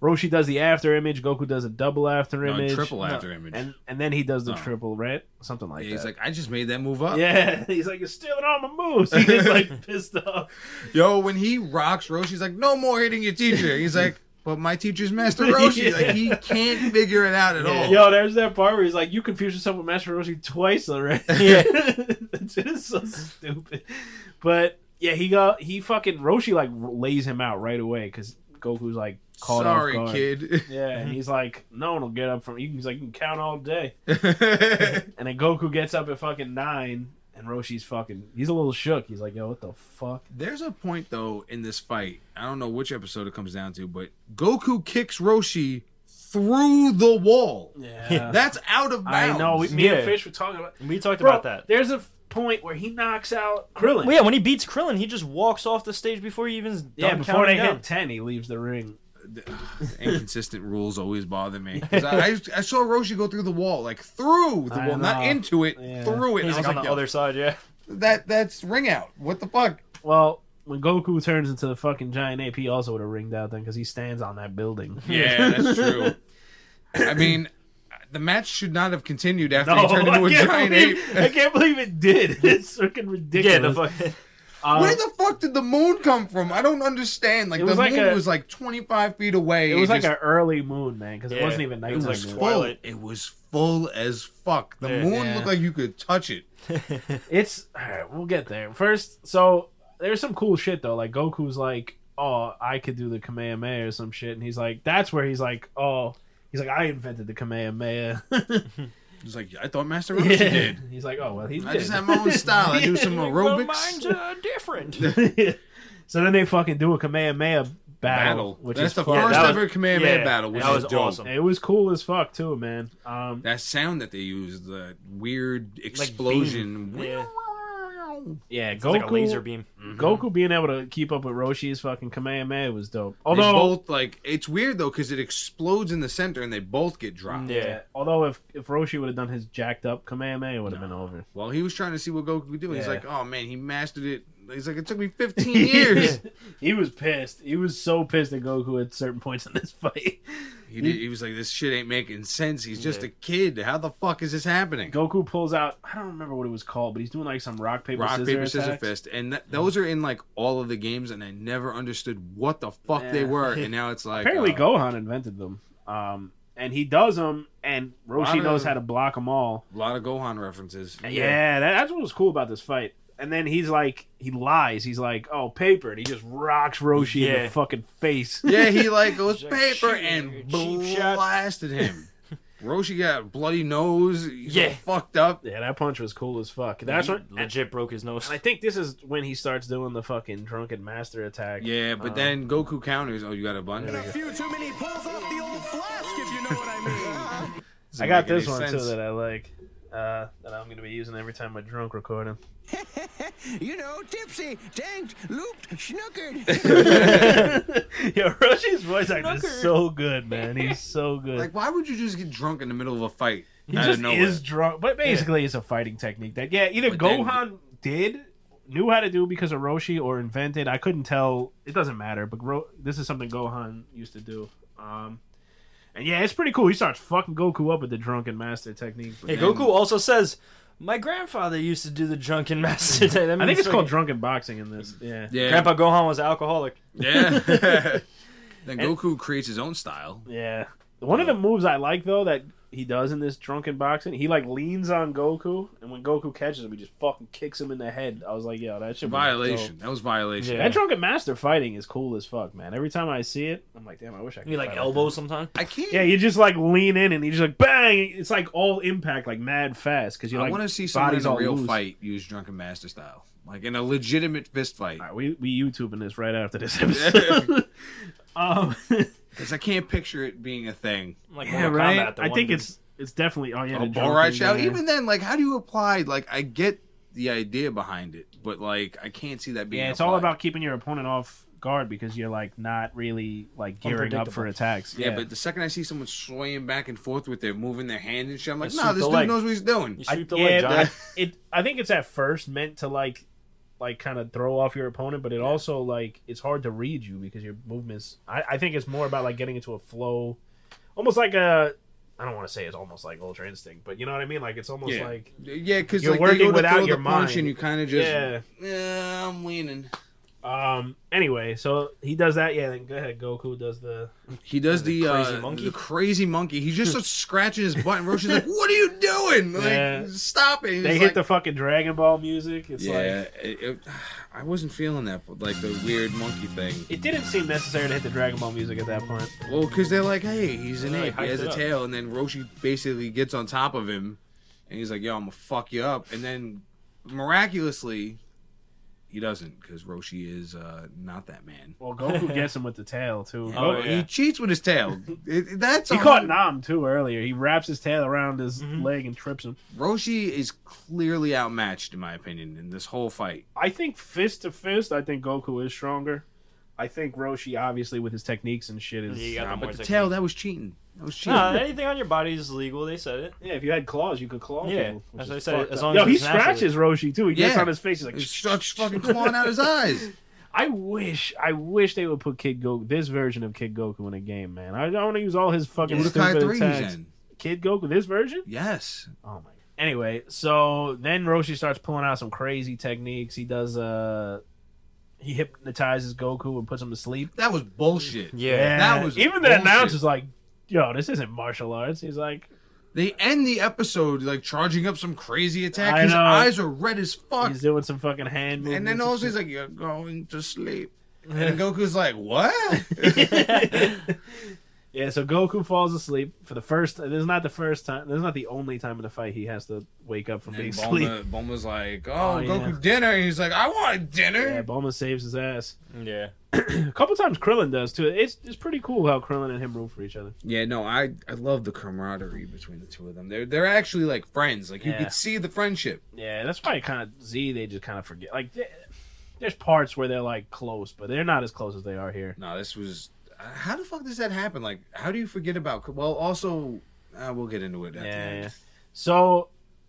Speaker 4: Roshi does the after image. Goku does a double after
Speaker 3: No,
Speaker 4: image,
Speaker 3: triple after image.
Speaker 4: and and then he does the
Speaker 3: Oh.
Speaker 4: triple, right? Something like
Speaker 3: Yeah,
Speaker 4: that.
Speaker 3: he's like, I just made that move up.
Speaker 4: yeah, he's like, "You're stealing all my moves." He's just like pissed off.
Speaker 3: Yo, when he rocks Roshi's like, no more hitting your teacher. He's like, but my teacher's Master Roshi. Like he can't figure it out at all.
Speaker 4: Yo, there's that part where he's like, "You confused yourself with Master Roshi twice already." Yeah, it's just so stupid. But yeah, he got he fucking Roshi like lays him out right away because Goku's like caught
Speaker 3: Sorry,
Speaker 4: off guard.
Speaker 3: kid.
Speaker 4: Yeah, and
Speaker 5: Mhm.
Speaker 4: he's like, "No one will get up from." You can he's like, "You can count all day." And then Goku gets up at fucking nine, and Roshi's fucking. He's a little shook. He's like, "Yo, what the fuck?"
Speaker 3: There's a point though in this fight. I don't know which episode it comes down to, but Goku kicks Roshi through the wall.
Speaker 4: Yeah,
Speaker 3: That's out of
Speaker 4: I
Speaker 3: bounds.
Speaker 4: know. We, me and
Speaker 5: Yeah.
Speaker 4: Fish were talking about
Speaker 5: we talked
Speaker 4: Bro,
Speaker 5: about that.
Speaker 4: There's a f- point where he knocks out Krillin.
Speaker 5: Well, yeah, when he beats Krillin, he just walks off the stage before he even's done
Speaker 4: yeah, before they
Speaker 5: counting down.
Speaker 4: hit ten, he leaves the ring.
Speaker 3: Inconsistent rules always bother me. 'Cause I, I, I saw Roshi go through the wall, like through the
Speaker 4: I
Speaker 3: wall, not
Speaker 4: know.
Speaker 3: into it,
Speaker 4: Yeah.
Speaker 3: through it.
Speaker 5: He's
Speaker 3: And
Speaker 5: like
Speaker 3: I was
Speaker 5: on
Speaker 3: like,
Speaker 5: the
Speaker 3: yo,
Speaker 5: other side, yeah.
Speaker 3: that that's ring out. What the fuck?
Speaker 4: Well, when Goku turns into the fucking giant ape, he also would have ringed out then because he stands on that building.
Speaker 3: Yeah, that's true. I mean, the match should not have continued after he turned
Speaker 4: I
Speaker 3: into a
Speaker 4: can't
Speaker 3: giant
Speaker 4: believe, I
Speaker 3: ape.
Speaker 4: can't believe it did. It's fucking ridiculous.
Speaker 5: Yeah, the fuck.
Speaker 4: Um,
Speaker 3: Where the fuck did the moon come from? I don't understand. Like
Speaker 4: It was
Speaker 3: the
Speaker 4: like
Speaker 3: moon
Speaker 4: a-
Speaker 3: was like twenty five feet away.
Speaker 4: it was like
Speaker 3: just
Speaker 4: an early moon, man, because it
Speaker 5: Yeah,
Speaker 4: wasn't even
Speaker 5: it was
Speaker 4: nighttime.
Speaker 5: like
Speaker 4: yet.
Speaker 5: squall-
Speaker 3: full.
Speaker 5: twilight.
Speaker 3: It was full as fuck. The
Speaker 5: Yeah.
Speaker 3: moon
Speaker 4: Yeah.
Speaker 3: looked like you could touch it.
Speaker 4: it's all right, we'll get there first. So there's some cool shit though. Like Goku's like, oh, I could do the Kamehameha or some shit, and he's like, that's where he's like, oh, he's like, I invented the Kamehameha.
Speaker 3: It's like I thought Master Roshi did.
Speaker 4: He's like, oh well, he's
Speaker 3: I just have my own style. I do some
Speaker 5: Well, mine's
Speaker 3: aerobics.
Speaker 5: uh, different.
Speaker 4: so then they fucking do a Kamehameha battle,
Speaker 3: Battle.
Speaker 4: which
Speaker 3: That's
Speaker 4: is
Speaker 3: the
Speaker 4: fun.
Speaker 3: first
Speaker 5: that was-
Speaker 3: ever Kamehameha
Speaker 5: yeah,
Speaker 3: battle, which
Speaker 5: that
Speaker 3: is
Speaker 5: was
Speaker 3: dope.
Speaker 5: awesome.
Speaker 4: It was cool as fuck too, man. Um,
Speaker 3: That sound that they use, the weird explosion.
Speaker 5: Yeah.
Speaker 4: yeah, Goku,
Speaker 5: It's like a laser beam. Mm-hmm.
Speaker 4: Goku being able to keep up with Roshi's fucking Kamehameha was dope.
Speaker 3: They
Speaker 4: Although,
Speaker 3: both like it's weird though because it explodes in the center and they both get dropped.
Speaker 5: Yeah.
Speaker 4: although if if Roshi would have done his jacked up Kamehameha, it would have been over.
Speaker 3: Well, he was trying to see what Goku could do. He's
Speaker 4: Yeah.
Speaker 3: like, oh man, he mastered it. He's like, it took me 15 years.
Speaker 4: He was pissed. He was so pissed at Goku at certain points in this fight.
Speaker 3: He did, he was like, this shit ain't making sense. He's just a kid. How the fuck is this happening?
Speaker 4: Goku pulls out I don't remember what it was called, but he's doing like some rock paper
Speaker 3: Rock,
Speaker 4: scissors
Speaker 3: paper, scissor
Speaker 4: attacks.
Speaker 3: fist, and that, those are in like all of the games, and I never understood what the fuck they
Speaker 4: Yeah.
Speaker 3: were. And now it's like
Speaker 4: Apparently,
Speaker 3: uh,
Speaker 4: Gohan invented them, um, and he does them, and Roshi
Speaker 3: Lotta-
Speaker 4: knows how to block them all.
Speaker 3: a lot of Gohan references.
Speaker 4: Yeah, that, that's what was cool about this fight. And then he's like, he lies. He's like, "Oh, paper," and he just rocks Roshi in
Speaker 5: Yeah.
Speaker 4: the fucking face.
Speaker 3: Yeah, he like goes
Speaker 5: He's like,
Speaker 3: paper
Speaker 5: "Shoot,
Speaker 3: and
Speaker 5: cheap shot."
Speaker 3: blasted him. Roshi got a bloody nose. He's all
Speaker 5: Yeah.
Speaker 3: fucked up.
Speaker 4: Yeah, that punch was cool as fuck. That's
Speaker 5: He
Speaker 4: what. And
Speaker 5: legit broke his nose.
Speaker 4: I think this is when he starts doing the fucking drunken master attack.
Speaker 3: Yeah, but
Speaker 4: Um,
Speaker 3: then Goku counters. Oh, you got a bun.
Speaker 9: A few too many pulls off the old flask, if you know what I mean.
Speaker 4: I got this one too that I like. Uh, that I'm gonna be using every time I drunk recording.
Speaker 1: You know, tipsy, tanked, looped, snookered.
Speaker 4: Yo, Roshi's voice actor is so good, man. He's so good.
Speaker 3: Like, why would you just get drunk in the middle of a fight?
Speaker 4: he
Speaker 3: out
Speaker 4: just
Speaker 3: of nowhere?
Speaker 4: is drunk, but basically it's a fighting technique that yeah, either
Speaker 3: But then-
Speaker 4: Gohan did knew how to do because of Roshi or invented. I couldn't tell. It doesn't matter. But Ro- this is something Gohan used to do. Um, and yeah, it's pretty cool. He starts fucking Goku up with the drunken master technique.
Speaker 5: Hey, Goku also says, "My grandfather used to do the drunken master." That
Speaker 4: I think
Speaker 5: means
Speaker 4: it's called
Speaker 5: fucking-
Speaker 4: drunken boxing in this. Yeah.
Speaker 3: Yeah,
Speaker 5: Grandpa Gohan was an alcoholic.
Speaker 3: yeah. then Goku creates his own style.
Speaker 4: Yeah. One of the moves I like though that he does in this drunken boxing, he like leans on Goku, and when Goku catches him, he just fucking kicks him in the head. I was like, yo, that should
Speaker 3: Violation. That was violation.
Speaker 5: Yeah.
Speaker 4: That drunken master fighting is cool as fuck, man. Every time I see it, I'm like, damn, I wish I could.
Speaker 5: You like
Speaker 4: fight
Speaker 5: elbow sometimes.
Speaker 3: I can't.
Speaker 4: that. Yeah, you just like lean in and you just like bang. It's like all impact, like mad fast, because you
Speaker 3: I
Speaker 4: like.
Speaker 3: want to see someone
Speaker 4: body's
Speaker 3: in a
Speaker 4: all
Speaker 3: real
Speaker 4: loose.
Speaker 3: fight use Drunken Master style, like in a legitimate fist fight.
Speaker 4: All right, we we YouTubing this right after this episode. um,
Speaker 3: Because I can't picture it being a thing.
Speaker 5: Like
Speaker 4: yeah,
Speaker 5: Mortal
Speaker 4: right.
Speaker 5: Kombat, the
Speaker 4: I
Speaker 5: one
Speaker 4: think
Speaker 5: dude.
Speaker 4: it's it's definitely oh yeah.
Speaker 3: a
Speaker 4: the
Speaker 3: ball
Speaker 4: drunken
Speaker 3: right shout.
Speaker 4: guy.
Speaker 3: Even then, like, how do you apply? Like, I get the idea behind it, but like, I can't see that being.
Speaker 4: Yeah, it's all
Speaker 3: applied.
Speaker 4: about keeping your opponent off guard because you're like not really like gearing up for
Speaker 5: Unpredictable.
Speaker 4: attacks.
Speaker 3: Yeah, but the second I see someone swaying back and forth with their moving their hand and shit, I'm like,
Speaker 5: Just
Speaker 3: no,
Speaker 5: shoot
Speaker 3: this
Speaker 5: the
Speaker 3: dude
Speaker 5: leg.
Speaker 3: knows what he's doing.
Speaker 5: You
Speaker 4: I,
Speaker 5: sweep the
Speaker 4: yeah,
Speaker 5: leg,
Speaker 4: but
Speaker 5: Johnny.
Speaker 4: it. I think it's at first meant to like, like kind of throw off your opponent, but it also like it's hard to read you because your movements. I, I think it's more about like getting into a flow, almost like a. I don't want to say it's almost like Ultra Instinct, but you know what I mean. Like it's almost
Speaker 3: Yeah.
Speaker 4: like
Speaker 3: Yeah, because
Speaker 4: You're
Speaker 3: like,
Speaker 4: working
Speaker 3: they go to
Speaker 4: without
Speaker 3: throw
Speaker 4: your
Speaker 3: the punch
Speaker 4: mind.
Speaker 3: and you kind of just,
Speaker 4: Yeah.
Speaker 3: "Yeah, I'm leaning.
Speaker 4: um. Anyway, so he does that. Yeah. Then go ahead. Goku does the.
Speaker 3: He does the,
Speaker 5: The crazy
Speaker 3: uh,
Speaker 5: monkey?
Speaker 3: the crazy monkey. He just starts scratching his butt, and Roshi's like, "What are you doing? Like,
Speaker 4: Yeah.
Speaker 3: stop it!" And
Speaker 4: They
Speaker 3: he's
Speaker 4: hit
Speaker 3: like-
Speaker 4: the fucking Dragon Ball music. It's like.
Speaker 3: Yeah, it, it- I wasn't feeling that, but like the weird monkey thing.
Speaker 4: It didn't seem necessary to hit the Dragon Ball music at that point.
Speaker 3: Well, because they're like, hey, he's an
Speaker 5: Yeah, they
Speaker 3: ape. He
Speaker 5: hyped
Speaker 3: has
Speaker 5: it
Speaker 3: a
Speaker 5: up.
Speaker 3: tail. And then Roshi basically gets on top of him. And he's like, yo, I'm going to fuck you up. And then miraculously, he doesn't because Roshi is uh, not that man.
Speaker 4: Well, Goku gets him with the tail too.
Speaker 5: Oh, yeah.
Speaker 3: He cheats with his tail. It- that's
Speaker 4: He
Speaker 3: a
Speaker 4: caught
Speaker 3: hundred-
Speaker 4: Nam too earlier. He wraps his tail around his
Speaker 5: Mm-hmm.
Speaker 4: leg and trips him.
Speaker 3: Roshi is clearly outmatched, in my opinion, in this whole fight.
Speaker 4: I think fist to fist, I think Goku is stronger. I think Roshi, obviously, with his techniques and shit, is
Speaker 5: You
Speaker 4: yeah.
Speaker 5: got the
Speaker 3: Nah,
Speaker 5: more
Speaker 3: but the
Speaker 5: technique.
Speaker 3: tail, that was cheating. That was cheating.
Speaker 5: Nah, anything on your body is legal. They said it.
Speaker 4: if you had claws, you could claw.
Speaker 5: Yeah,
Speaker 4: people, which is
Speaker 5: that's what I said,
Speaker 4: fucked
Speaker 5: as
Speaker 4: up.
Speaker 5: long as
Speaker 4: Yo, he
Speaker 5: it's natural.
Speaker 4: scratches Roshi too. He gets
Speaker 3: Yeah.
Speaker 4: on his face. He's like,
Speaker 3: He starts fucking clawing out his eyes.
Speaker 4: I wish, I wish they would put Kid Goku, this version of Kid Goku, in a game, man. I, I want to use all his fucking
Speaker 3: Budokai
Speaker 4: stupid
Speaker 3: 3 he's
Speaker 4: attacks.
Speaker 3: in.
Speaker 4: Kid Goku, this version.
Speaker 3: Yes.
Speaker 4: Oh my. Anyway, so then Roshi starts pulling out some crazy techniques. He does uh he hypnotizes Goku and puts him to sleep.
Speaker 3: That was bullshit.
Speaker 5: Yeah.
Speaker 3: That was
Speaker 4: even the
Speaker 3: bullshit.
Speaker 4: announcer's like, "Yo, this isn't martial arts." He's like,
Speaker 3: They end the episode like charging up some crazy attack.
Speaker 4: I
Speaker 3: His
Speaker 4: know.
Speaker 3: eyes are red as fuck.
Speaker 4: He's doing some fucking hand movements.
Speaker 3: And then also he's like, "You're going to sleep." And Goku's like, "What?"
Speaker 4: Yeah, so Goku falls asleep for the first. This is not the first time. This is not the only time in the fight he has to wake up from being
Speaker 3: And
Speaker 4: asleep.
Speaker 3: Bulma, Bulma's like, "Oh,
Speaker 4: Oh, yeah.
Speaker 3: Goku dinner." And he's like, "I want dinner."
Speaker 4: Yeah, Bulma saves his ass.
Speaker 5: Yeah.
Speaker 4: A couple times Krillin does too. It's it's pretty cool how Krillin and him root for each other.
Speaker 3: Yeah, no, I I love the camaraderie between the two of them. They're they're actually like friends. Like you
Speaker 4: Yeah.
Speaker 3: could see the friendship.
Speaker 4: Yeah, that's why kind of Z they just kind of forget. Like th- there's parts where they're like close, but they're not as close as they are here.
Speaker 3: No, this was how the fuck does that happen? Like, how do you forget about? Well, also, uh, we'll get into it. At the
Speaker 4: Yeah,
Speaker 3: end.
Speaker 4: yeah. So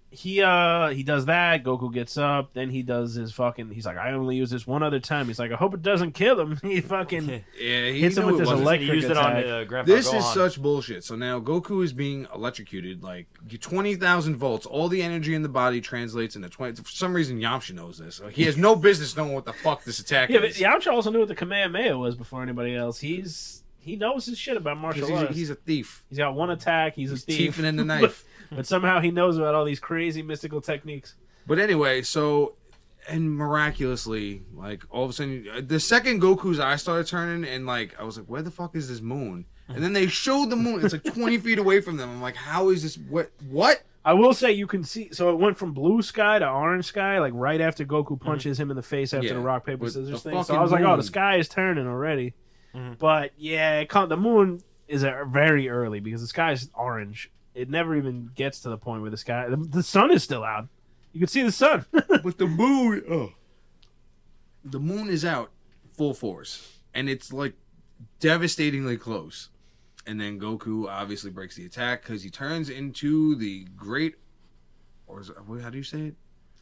Speaker 4: he uh he does that. Goku gets up. Then he does his fucking. He's like, I only use this one other time. He's like, I hope it doesn't kill him. He fucking
Speaker 3: yeah he
Speaker 4: Hits him
Speaker 3: knew
Speaker 4: with
Speaker 3: it
Speaker 4: this
Speaker 3: wasn't-
Speaker 4: elec-
Speaker 5: He used it on uh, Grandpa
Speaker 3: This
Speaker 5: Gohan.
Speaker 3: is such bullshit. So now Goku is being electrocuted, like twenty thousand volts. All the energy in the body translates into twenty. For some reason, Yamcha knows this. Like, he has no business knowing what the fuck this attack
Speaker 4: yeah. But
Speaker 3: is.
Speaker 4: Yamcha also knew what the Kamehameha was before anybody else. He's he knows his shit about martial
Speaker 3: He's, he's,
Speaker 4: arts.
Speaker 3: a, he's a thief.
Speaker 4: he's got one attack. He's,
Speaker 3: He's
Speaker 4: a thief.
Speaker 3: teething in the knife.
Speaker 4: but somehow he knows about all these crazy mystical techniques.
Speaker 3: But anyway, so and miraculously, like all of a sudden, uh, the second Goku's eye started turning, and like I was like, "Where the fuck is this moon?" And then they showed the moon. It's like twenty feet away from them. I'm like, "How is this? What? What?"
Speaker 4: I will say you can see. So it went from blue sky to orange sky, like right after Goku punches him in the face after
Speaker 3: Yeah,
Speaker 4: Mm-hmm. the rock paper
Speaker 3: with
Speaker 4: scissors
Speaker 3: the
Speaker 4: thing. So
Speaker 3: fucking
Speaker 4: I was like, oh,
Speaker 3: moon.
Speaker 4: the sky is turning already. But yeah, it come, the moon is uh very early because the sky is orange. It never even gets to the point where the sky, the, the sun is still out. You can see the sun.
Speaker 3: But the moon, oh, the moon is out full force, and it's like devastatingly close. And then Goku obviously breaks the attack because he turns into the great, or is, it- how do you say it?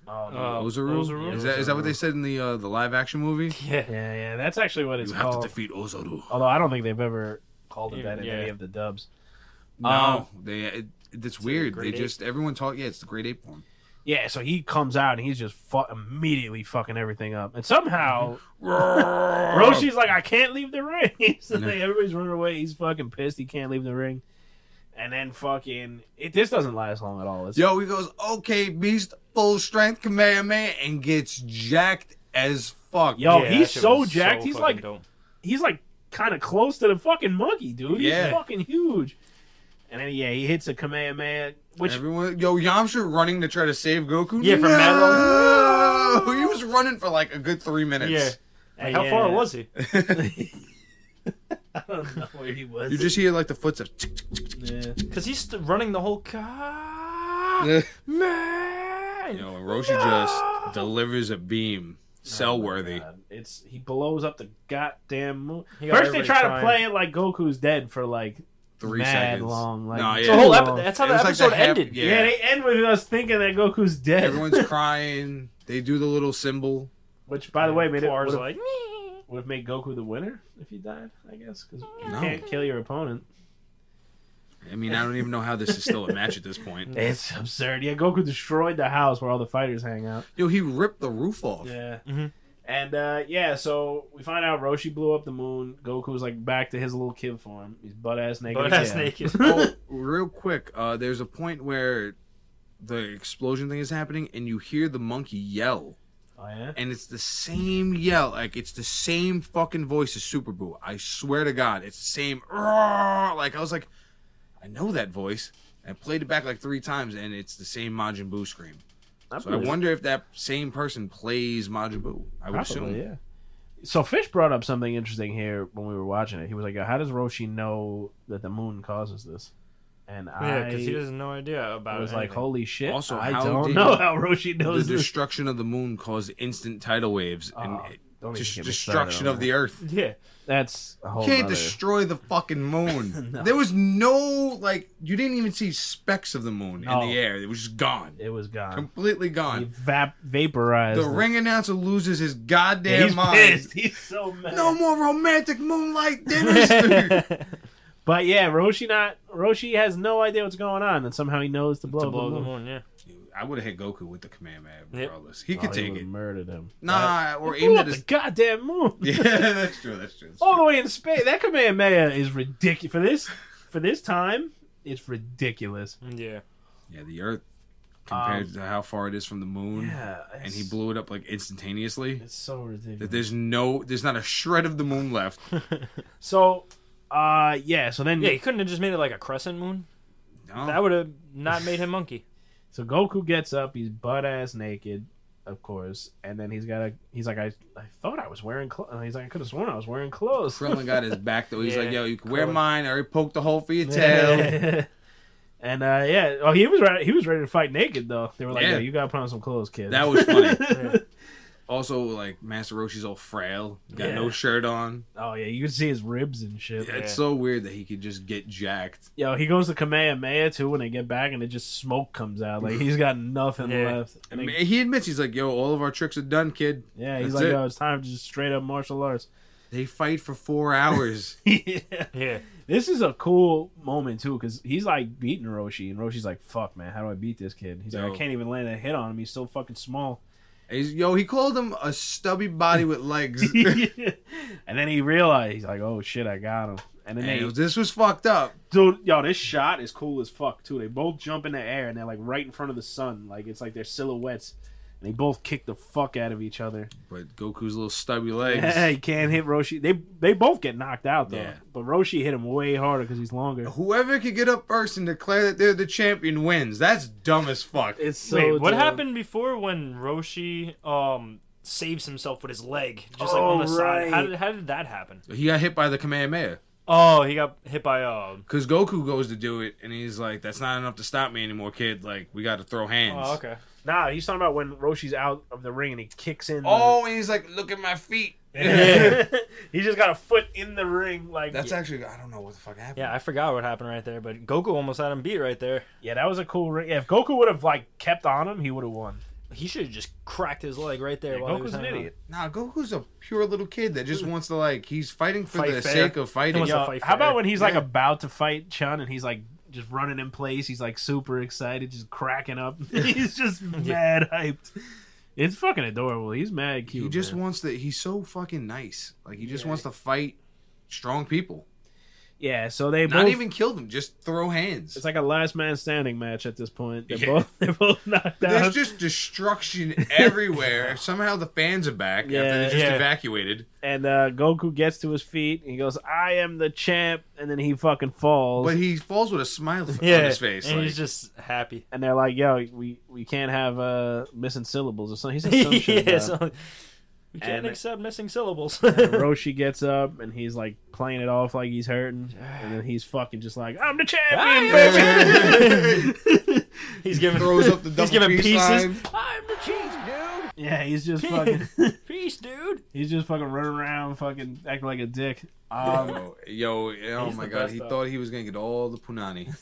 Speaker 5: Uh,
Speaker 3: Ozaru?
Speaker 5: Ozaru?
Speaker 3: Is that is that what they said in the uh, the live action movie?
Speaker 5: Yeah.
Speaker 4: yeah, yeah, that's actually what it's
Speaker 3: You have to
Speaker 4: called.
Speaker 3: defeat Ozaru.
Speaker 4: Although I don't think they've ever called it that in
Speaker 5: Yeah.
Speaker 4: any of the dubs.
Speaker 3: No,
Speaker 4: Um,
Speaker 3: they. It, it's weird. They
Speaker 5: great ape?
Speaker 3: just everyone talk. Yeah, it's the great ape form.
Speaker 4: Yeah, so he comes out and he's just fu- immediately fucking everything up. And somehow
Speaker 3: Oh.
Speaker 4: Roshi's like, I can't leave the ring. so
Speaker 3: No.
Speaker 4: like, everybody's running away. He's fucking pissed. He can't leave the ring. And then fucking it, this doesn't last long at all. It's,
Speaker 3: Yo, he goes, okay, beast, full strength, Kamehameha, and gets jacked as fuck.
Speaker 4: Yo,
Speaker 5: Yeah, that
Speaker 4: he's
Speaker 5: shit
Speaker 4: so
Speaker 5: was
Speaker 4: jacked. he's
Speaker 5: fucking
Speaker 4: like
Speaker 5: dope.
Speaker 4: he's like kind of close to the fucking monkey, dude.
Speaker 3: Yeah.
Speaker 4: He's fucking huge. And then yeah, he hits a Kamehameha, which
Speaker 3: Everyone, yo, Yamcha running to try to save Goku.
Speaker 5: Yeah, for
Speaker 3: no! He was running for like a good three minutes.
Speaker 5: Yeah. Like, how
Speaker 4: yeah.
Speaker 5: far was he?
Speaker 4: I don't know where he was.
Speaker 3: You just hear like the foots of. tick, tick,
Speaker 4: Yeah.
Speaker 5: Because he's st- running the whole car.
Speaker 3: tick.
Speaker 5: Man.
Speaker 3: Yo, and Roshi just delivers a beam, cell worthy.
Speaker 4: Ah! Oh God, It's he blows up the goddamn moon.
Speaker 5: He got
Speaker 4: First they
Speaker 5: everybody
Speaker 4: try
Speaker 5: trying.
Speaker 4: to play it like Goku's dead for like
Speaker 3: Three
Speaker 4: mad
Speaker 3: seconds.
Speaker 4: long. Like
Speaker 3: No, yeah.
Speaker 4: too
Speaker 5: It's a whole
Speaker 4: long.
Speaker 5: episode. That's how
Speaker 3: It
Speaker 5: the
Speaker 3: was like
Speaker 5: episode
Speaker 3: the half-
Speaker 5: ended.
Speaker 3: yeah.
Speaker 4: Yeah. they end with us thinking that Goku's dead.
Speaker 3: Everyone's crying. They do the little symbol.
Speaker 4: Which, by the way, made it
Speaker 5: Poir's
Speaker 4: would
Speaker 5: like,
Speaker 4: have made Goku the winner if he died. I guess because you
Speaker 3: No.
Speaker 4: can't kill your opponent.
Speaker 3: I mean, I don't even know how this is still a match at this point.
Speaker 4: It's absurd. Yeah, Goku destroyed the house where all the fighters hang out.
Speaker 3: Yo, he ripped the roof off.
Speaker 4: Yeah.
Speaker 5: Mhm.
Speaker 4: And uh, yeah, so we find out Roshi blew up the moon. Goku's like back to his little kid form. He's butt ass naked.
Speaker 5: butt ass
Speaker 4: again.
Speaker 5: naked.
Speaker 3: Oh, real quick, uh, there's a point where the explosion thing is happening, and you hear the monkey yell,
Speaker 4: Oh yeah.
Speaker 3: and it's the same yell, like it's the same fucking voice as Super Boo. I swear to God, it's the same. "Roar!" Like I was like, I know that voice. I played it back like three times, and it's the same Majin Buu scream. So I
Speaker 4: believe-
Speaker 3: wonder if that same person plays Majin Buu. I would assume.
Speaker 4: Probably, yeah. So Fish brought up something interesting here when we were watching it. He was like, "Yo, "How does Roshi know that the moon causes this?" And
Speaker 5: Yeah,
Speaker 4: I,
Speaker 5: because he has no idea
Speaker 4: I
Speaker 5: about
Speaker 4: was
Speaker 5: it.
Speaker 4: like, "Holy shit!"
Speaker 3: Also,
Speaker 4: I
Speaker 3: how
Speaker 4: don't
Speaker 3: did-
Speaker 4: know how Roshi
Speaker 3: The
Speaker 4: knows this.
Speaker 3: destruction of the moon caused instant tidal waves and
Speaker 4: Oh, don't even
Speaker 3: just
Speaker 4: get me
Speaker 3: destruction
Speaker 4: started on
Speaker 3: of the earth.
Speaker 5: Yeah.
Speaker 4: That's a whole
Speaker 3: You can't
Speaker 4: nother-
Speaker 3: destroy the fucking moon. There was no like you didn't even see specks of the moon
Speaker 4: No.
Speaker 3: in the air. It was just gone,
Speaker 4: It was gone.
Speaker 3: completely
Speaker 4: He
Speaker 3: gone.
Speaker 4: vap- vaporized.
Speaker 3: The
Speaker 4: it.
Speaker 3: ring announcer loses his
Speaker 4: He's
Speaker 3: goddamn mind.
Speaker 4: pissed. He's so mad.
Speaker 3: No more romantic moonlight dinners. dude.
Speaker 4: But yeah, Roshi not Roshi has no idea what's going on, and somehow he knows to blow,
Speaker 5: To
Speaker 4: up
Speaker 5: blow
Speaker 4: the
Speaker 5: the
Speaker 4: moon.
Speaker 5: moon, yeah.
Speaker 3: I would have hit Goku with the command man
Speaker 5: Yep.
Speaker 3: regardless. He
Speaker 4: Oh,
Speaker 3: could
Speaker 4: he
Speaker 3: take
Speaker 4: would've
Speaker 3: it.
Speaker 4: murdered him.
Speaker 3: Nah, or
Speaker 4: Blew
Speaker 3: aimed
Speaker 4: up Oh.
Speaker 3: at
Speaker 4: the
Speaker 3: his.
Speaker 4: goddamn moon.
Speaker 3: Yeah, that's true. That's true. That's
Speaker 4: all
Speaker 3: true.
Speaker 4: the way in space. That Kamehameha is ridiculous for this for this time. It's ridiculous.
Speaker 5: Yeah.
Speaker 3: Yeah, the Earth compared to how far it is from the moon,
Speaker 4: Um, Yeah,
Speaker 3: and he blew it up like instantaneously.
Speaker 4: It's so ridiculous.
Speaker 3: That there's no, there's not a shred of the moon left.
Speaker 4: So, uh, yeah. So then,
Speaker 5: Yeah, he couldn't have just made it like a crescent moon.
Speaker 3: No.
Speaker 5: That would have not made him monkey.
Speaker 4: so Goku gets up. He's butt ass naked, of course. And then he's got a. He's like, I, I thought I was wearing clothes. He's like, I could have sworn I was wearing clothes.
Speaker 3: Krillin got his back though. He's
Speaker 5: Yeah,
Speaker 3: like, "Yo, you can wear
Speaker 5: Krillin.
Speaker 3: mine. I already poked the hole for your tail."
Speaker 4: and uh, yeah, oh, he was ready. He was ready to fight naked though. They were like,
Speaker 3: Yeah.
Speaker 4: "Yo, you gotta put on some clothes, kid."
Speaker 3: that was funny. Also, like Master Roshi's all frail, got no shirt on.
Speaker 4: oh yeah, you could see his ribs and shit.
Speaker 5: Yeah.
Speaker 3: It's so weird that he could just get jacked.
Speaker 4: Yo, he goes to Kamehameha too when they get back, and it just smoke comes out.
Speaker 3: Mm-hmm.
Speaker 4: Like he's got nothing
Speaker 5: Yeah.
Speaker 4: left.
Speaker 3: I
Speaker 4: Like,
Speaker 3: mean, he admits he's like, "Yo, all of our tricks are done, kid."
Speaker 4: yeah, he's
Speaker 3: That's
Speaker 4: like,
Speaker 3: it.
Speaker 4: "Yo, it's time to just straight up martial arts."
Speaker 3: They fight for four hours.
Speaker 4: yeah.
Speaker 5: Yeah.
Speaker 4: This is a cool moment too because he's like beating Roshi, and Roshi's like, "Fuck, man, how do I beat this kid?" He's like,
Speaker 3: Yo.
Speaker 4: "I can't even land a hit on him. He's so fucking small."
Speaker 3: And he's- Yo, he called him a stubby body with legs.
Speaker 4: and then he realized he's like, "Oh shit, I got him." And then
Speaker 3: And
Speaker 4: they,
Speaker 3: it was- this was fucked up.
Speaker 4: dude, yo, this shot is cool as fuck too. They both jump in the air and they're like right in front of the sun, like it's like they're silhouettes, and they both kick the fuck out of each other.
Speaker 3: But Goku's little stubby legs.
Speaker 4: Hey, can't hit Roshi. They they both get knocked out though,
Speaker 3: Yeah.
Speaker 4: but Roshi hit him way harder because he's longer.
Speaker 3: Whoever can get up first and declare that they're the champion wins. That's dumb as fuck.
Speaker 4: It's so
Speaker 5: Wait, what
Speaker 4: dumb.
Speaker 5: happened before when Roshi um saves himself with his leg, just like
Speaker 4: Oh,
Speaker 5: on the side? How
Speaker 4: right.
Speaker 5: did, how did that happen?
Speaker 3: He got hit by the Kamehameha.
Speaker 5: Oh, he got hit by uh.
Speaker 3: Because Goku goes to do it, and he's like, that's not enough to stop me anymore, kid. Like, we got to throw hands.
Speaker 5: Oh, okay.
Speaker 4: Nah, he's talking about when Roshi's out of the ring and he kicks in. the-
Speaker 3: Oh, and he's like, look at my feet.
Speaker 4: he just got a foot in the ring. Like
Speaker 3: That's
Speaker 4: yeah.
Speaker 3: actually, I don't know what the fuck happened.
Speaker 5: Yeah, I forgot what happened right there, but Goku almost had him beat right there.
Speaker 4: yeah, that was a cool ring. Yeah, if Goku would have like kept on him, he would have won.
Speaker 5: He should have just cracked his leg right there. while he was
Speaker 4: Goku's an
Speaker 5: hanging on.
Speaker 4: idiot.
Speaker 3: Nah, Goku's a pure little kid that just wants to, like, he's fighting for
Speaker 5: Fight
Speaker 3: the
Speaker 5: fair.
Speaker 3: sake of fighting.
Speaker 5: wants to
Speaker 4: Yo,
Speaker 5: fight
Speaker 4: how about
Speaker 5: fair.
Speaker 4: when he's like
Speaker 3: Yeah.
Speaker 4: about to fight Chun and he's like just running in place? He's like super excited, just cracking up. he's just mad hyped. It's fucking adorable. He's mad cute.
Speaker 3: He just
Speaker 4: man.
Speaker 3: wants to, he's so fucking nice. Like, he just wants to fight strong people.
Speaker 4: yeah. So they
Speaker 3: Not
Speaker 4: both.
Speaker 3: even kill them, just throw hands.
Speaker 4: It's like a last man standing match at this point. They're
Speaker 3: Yeah.
Speaker 4: both they're both knocked out.
Speaker 3: There's just destruction everywhere. Somehow the fans are back
Speaker 4: Yeah,
Speaker 3: after they just
Speaker 5: yeah.
Speaker 3: evacuated.
Speaker 4: and uh, Goku gets to his feet and he goes, "I am the champ," and then he fucking falls.
Speaker 3: But he falls with a smile f- on his face.
Speaker 5: and
Speaker 3: like,
Speaker 5: he's just happy.
Speaker 4: and they're like, "Yo, we we can't have uh, missing syllables or something." He said some shit.
Speaker 5: yeah,
Speaker 4: about-
Speaker 5: so, we can't
Speaker 4: And-
Speaker 5: accept missing syllables.
Speaker 4: And Roshi gets up and he's like playing it off like he's hurting, and then he's fucking just like, "I'm the
Speaker 3: Ah,
Speaker 4: champion." bitch."
Speaker 5: he's giving
Speaker 3: throws up the double
Speaker 5: he's giving
Speaker 3: peace
Speaker 5: pieces.
Speaker 3: sign.
Speaker 5: I'm the cheese
Speaker 4: Yeah, he's just
Speaker 5: dude.
Speaker 4: fucking
Speaker 5: Peace, dude.
Speaker 4: he's just fucking running around, fucking acting like a dick. Um,
Speaker 3: Oh, yo, oh
Speaker 5: He's
Speaker 3: my
Speaker 5: the
Speaker 3: god,
Speaker 5: best,
Speaker 3: he
Speaker 5: though.
Speaker 3: thought he was gonna get all the punani.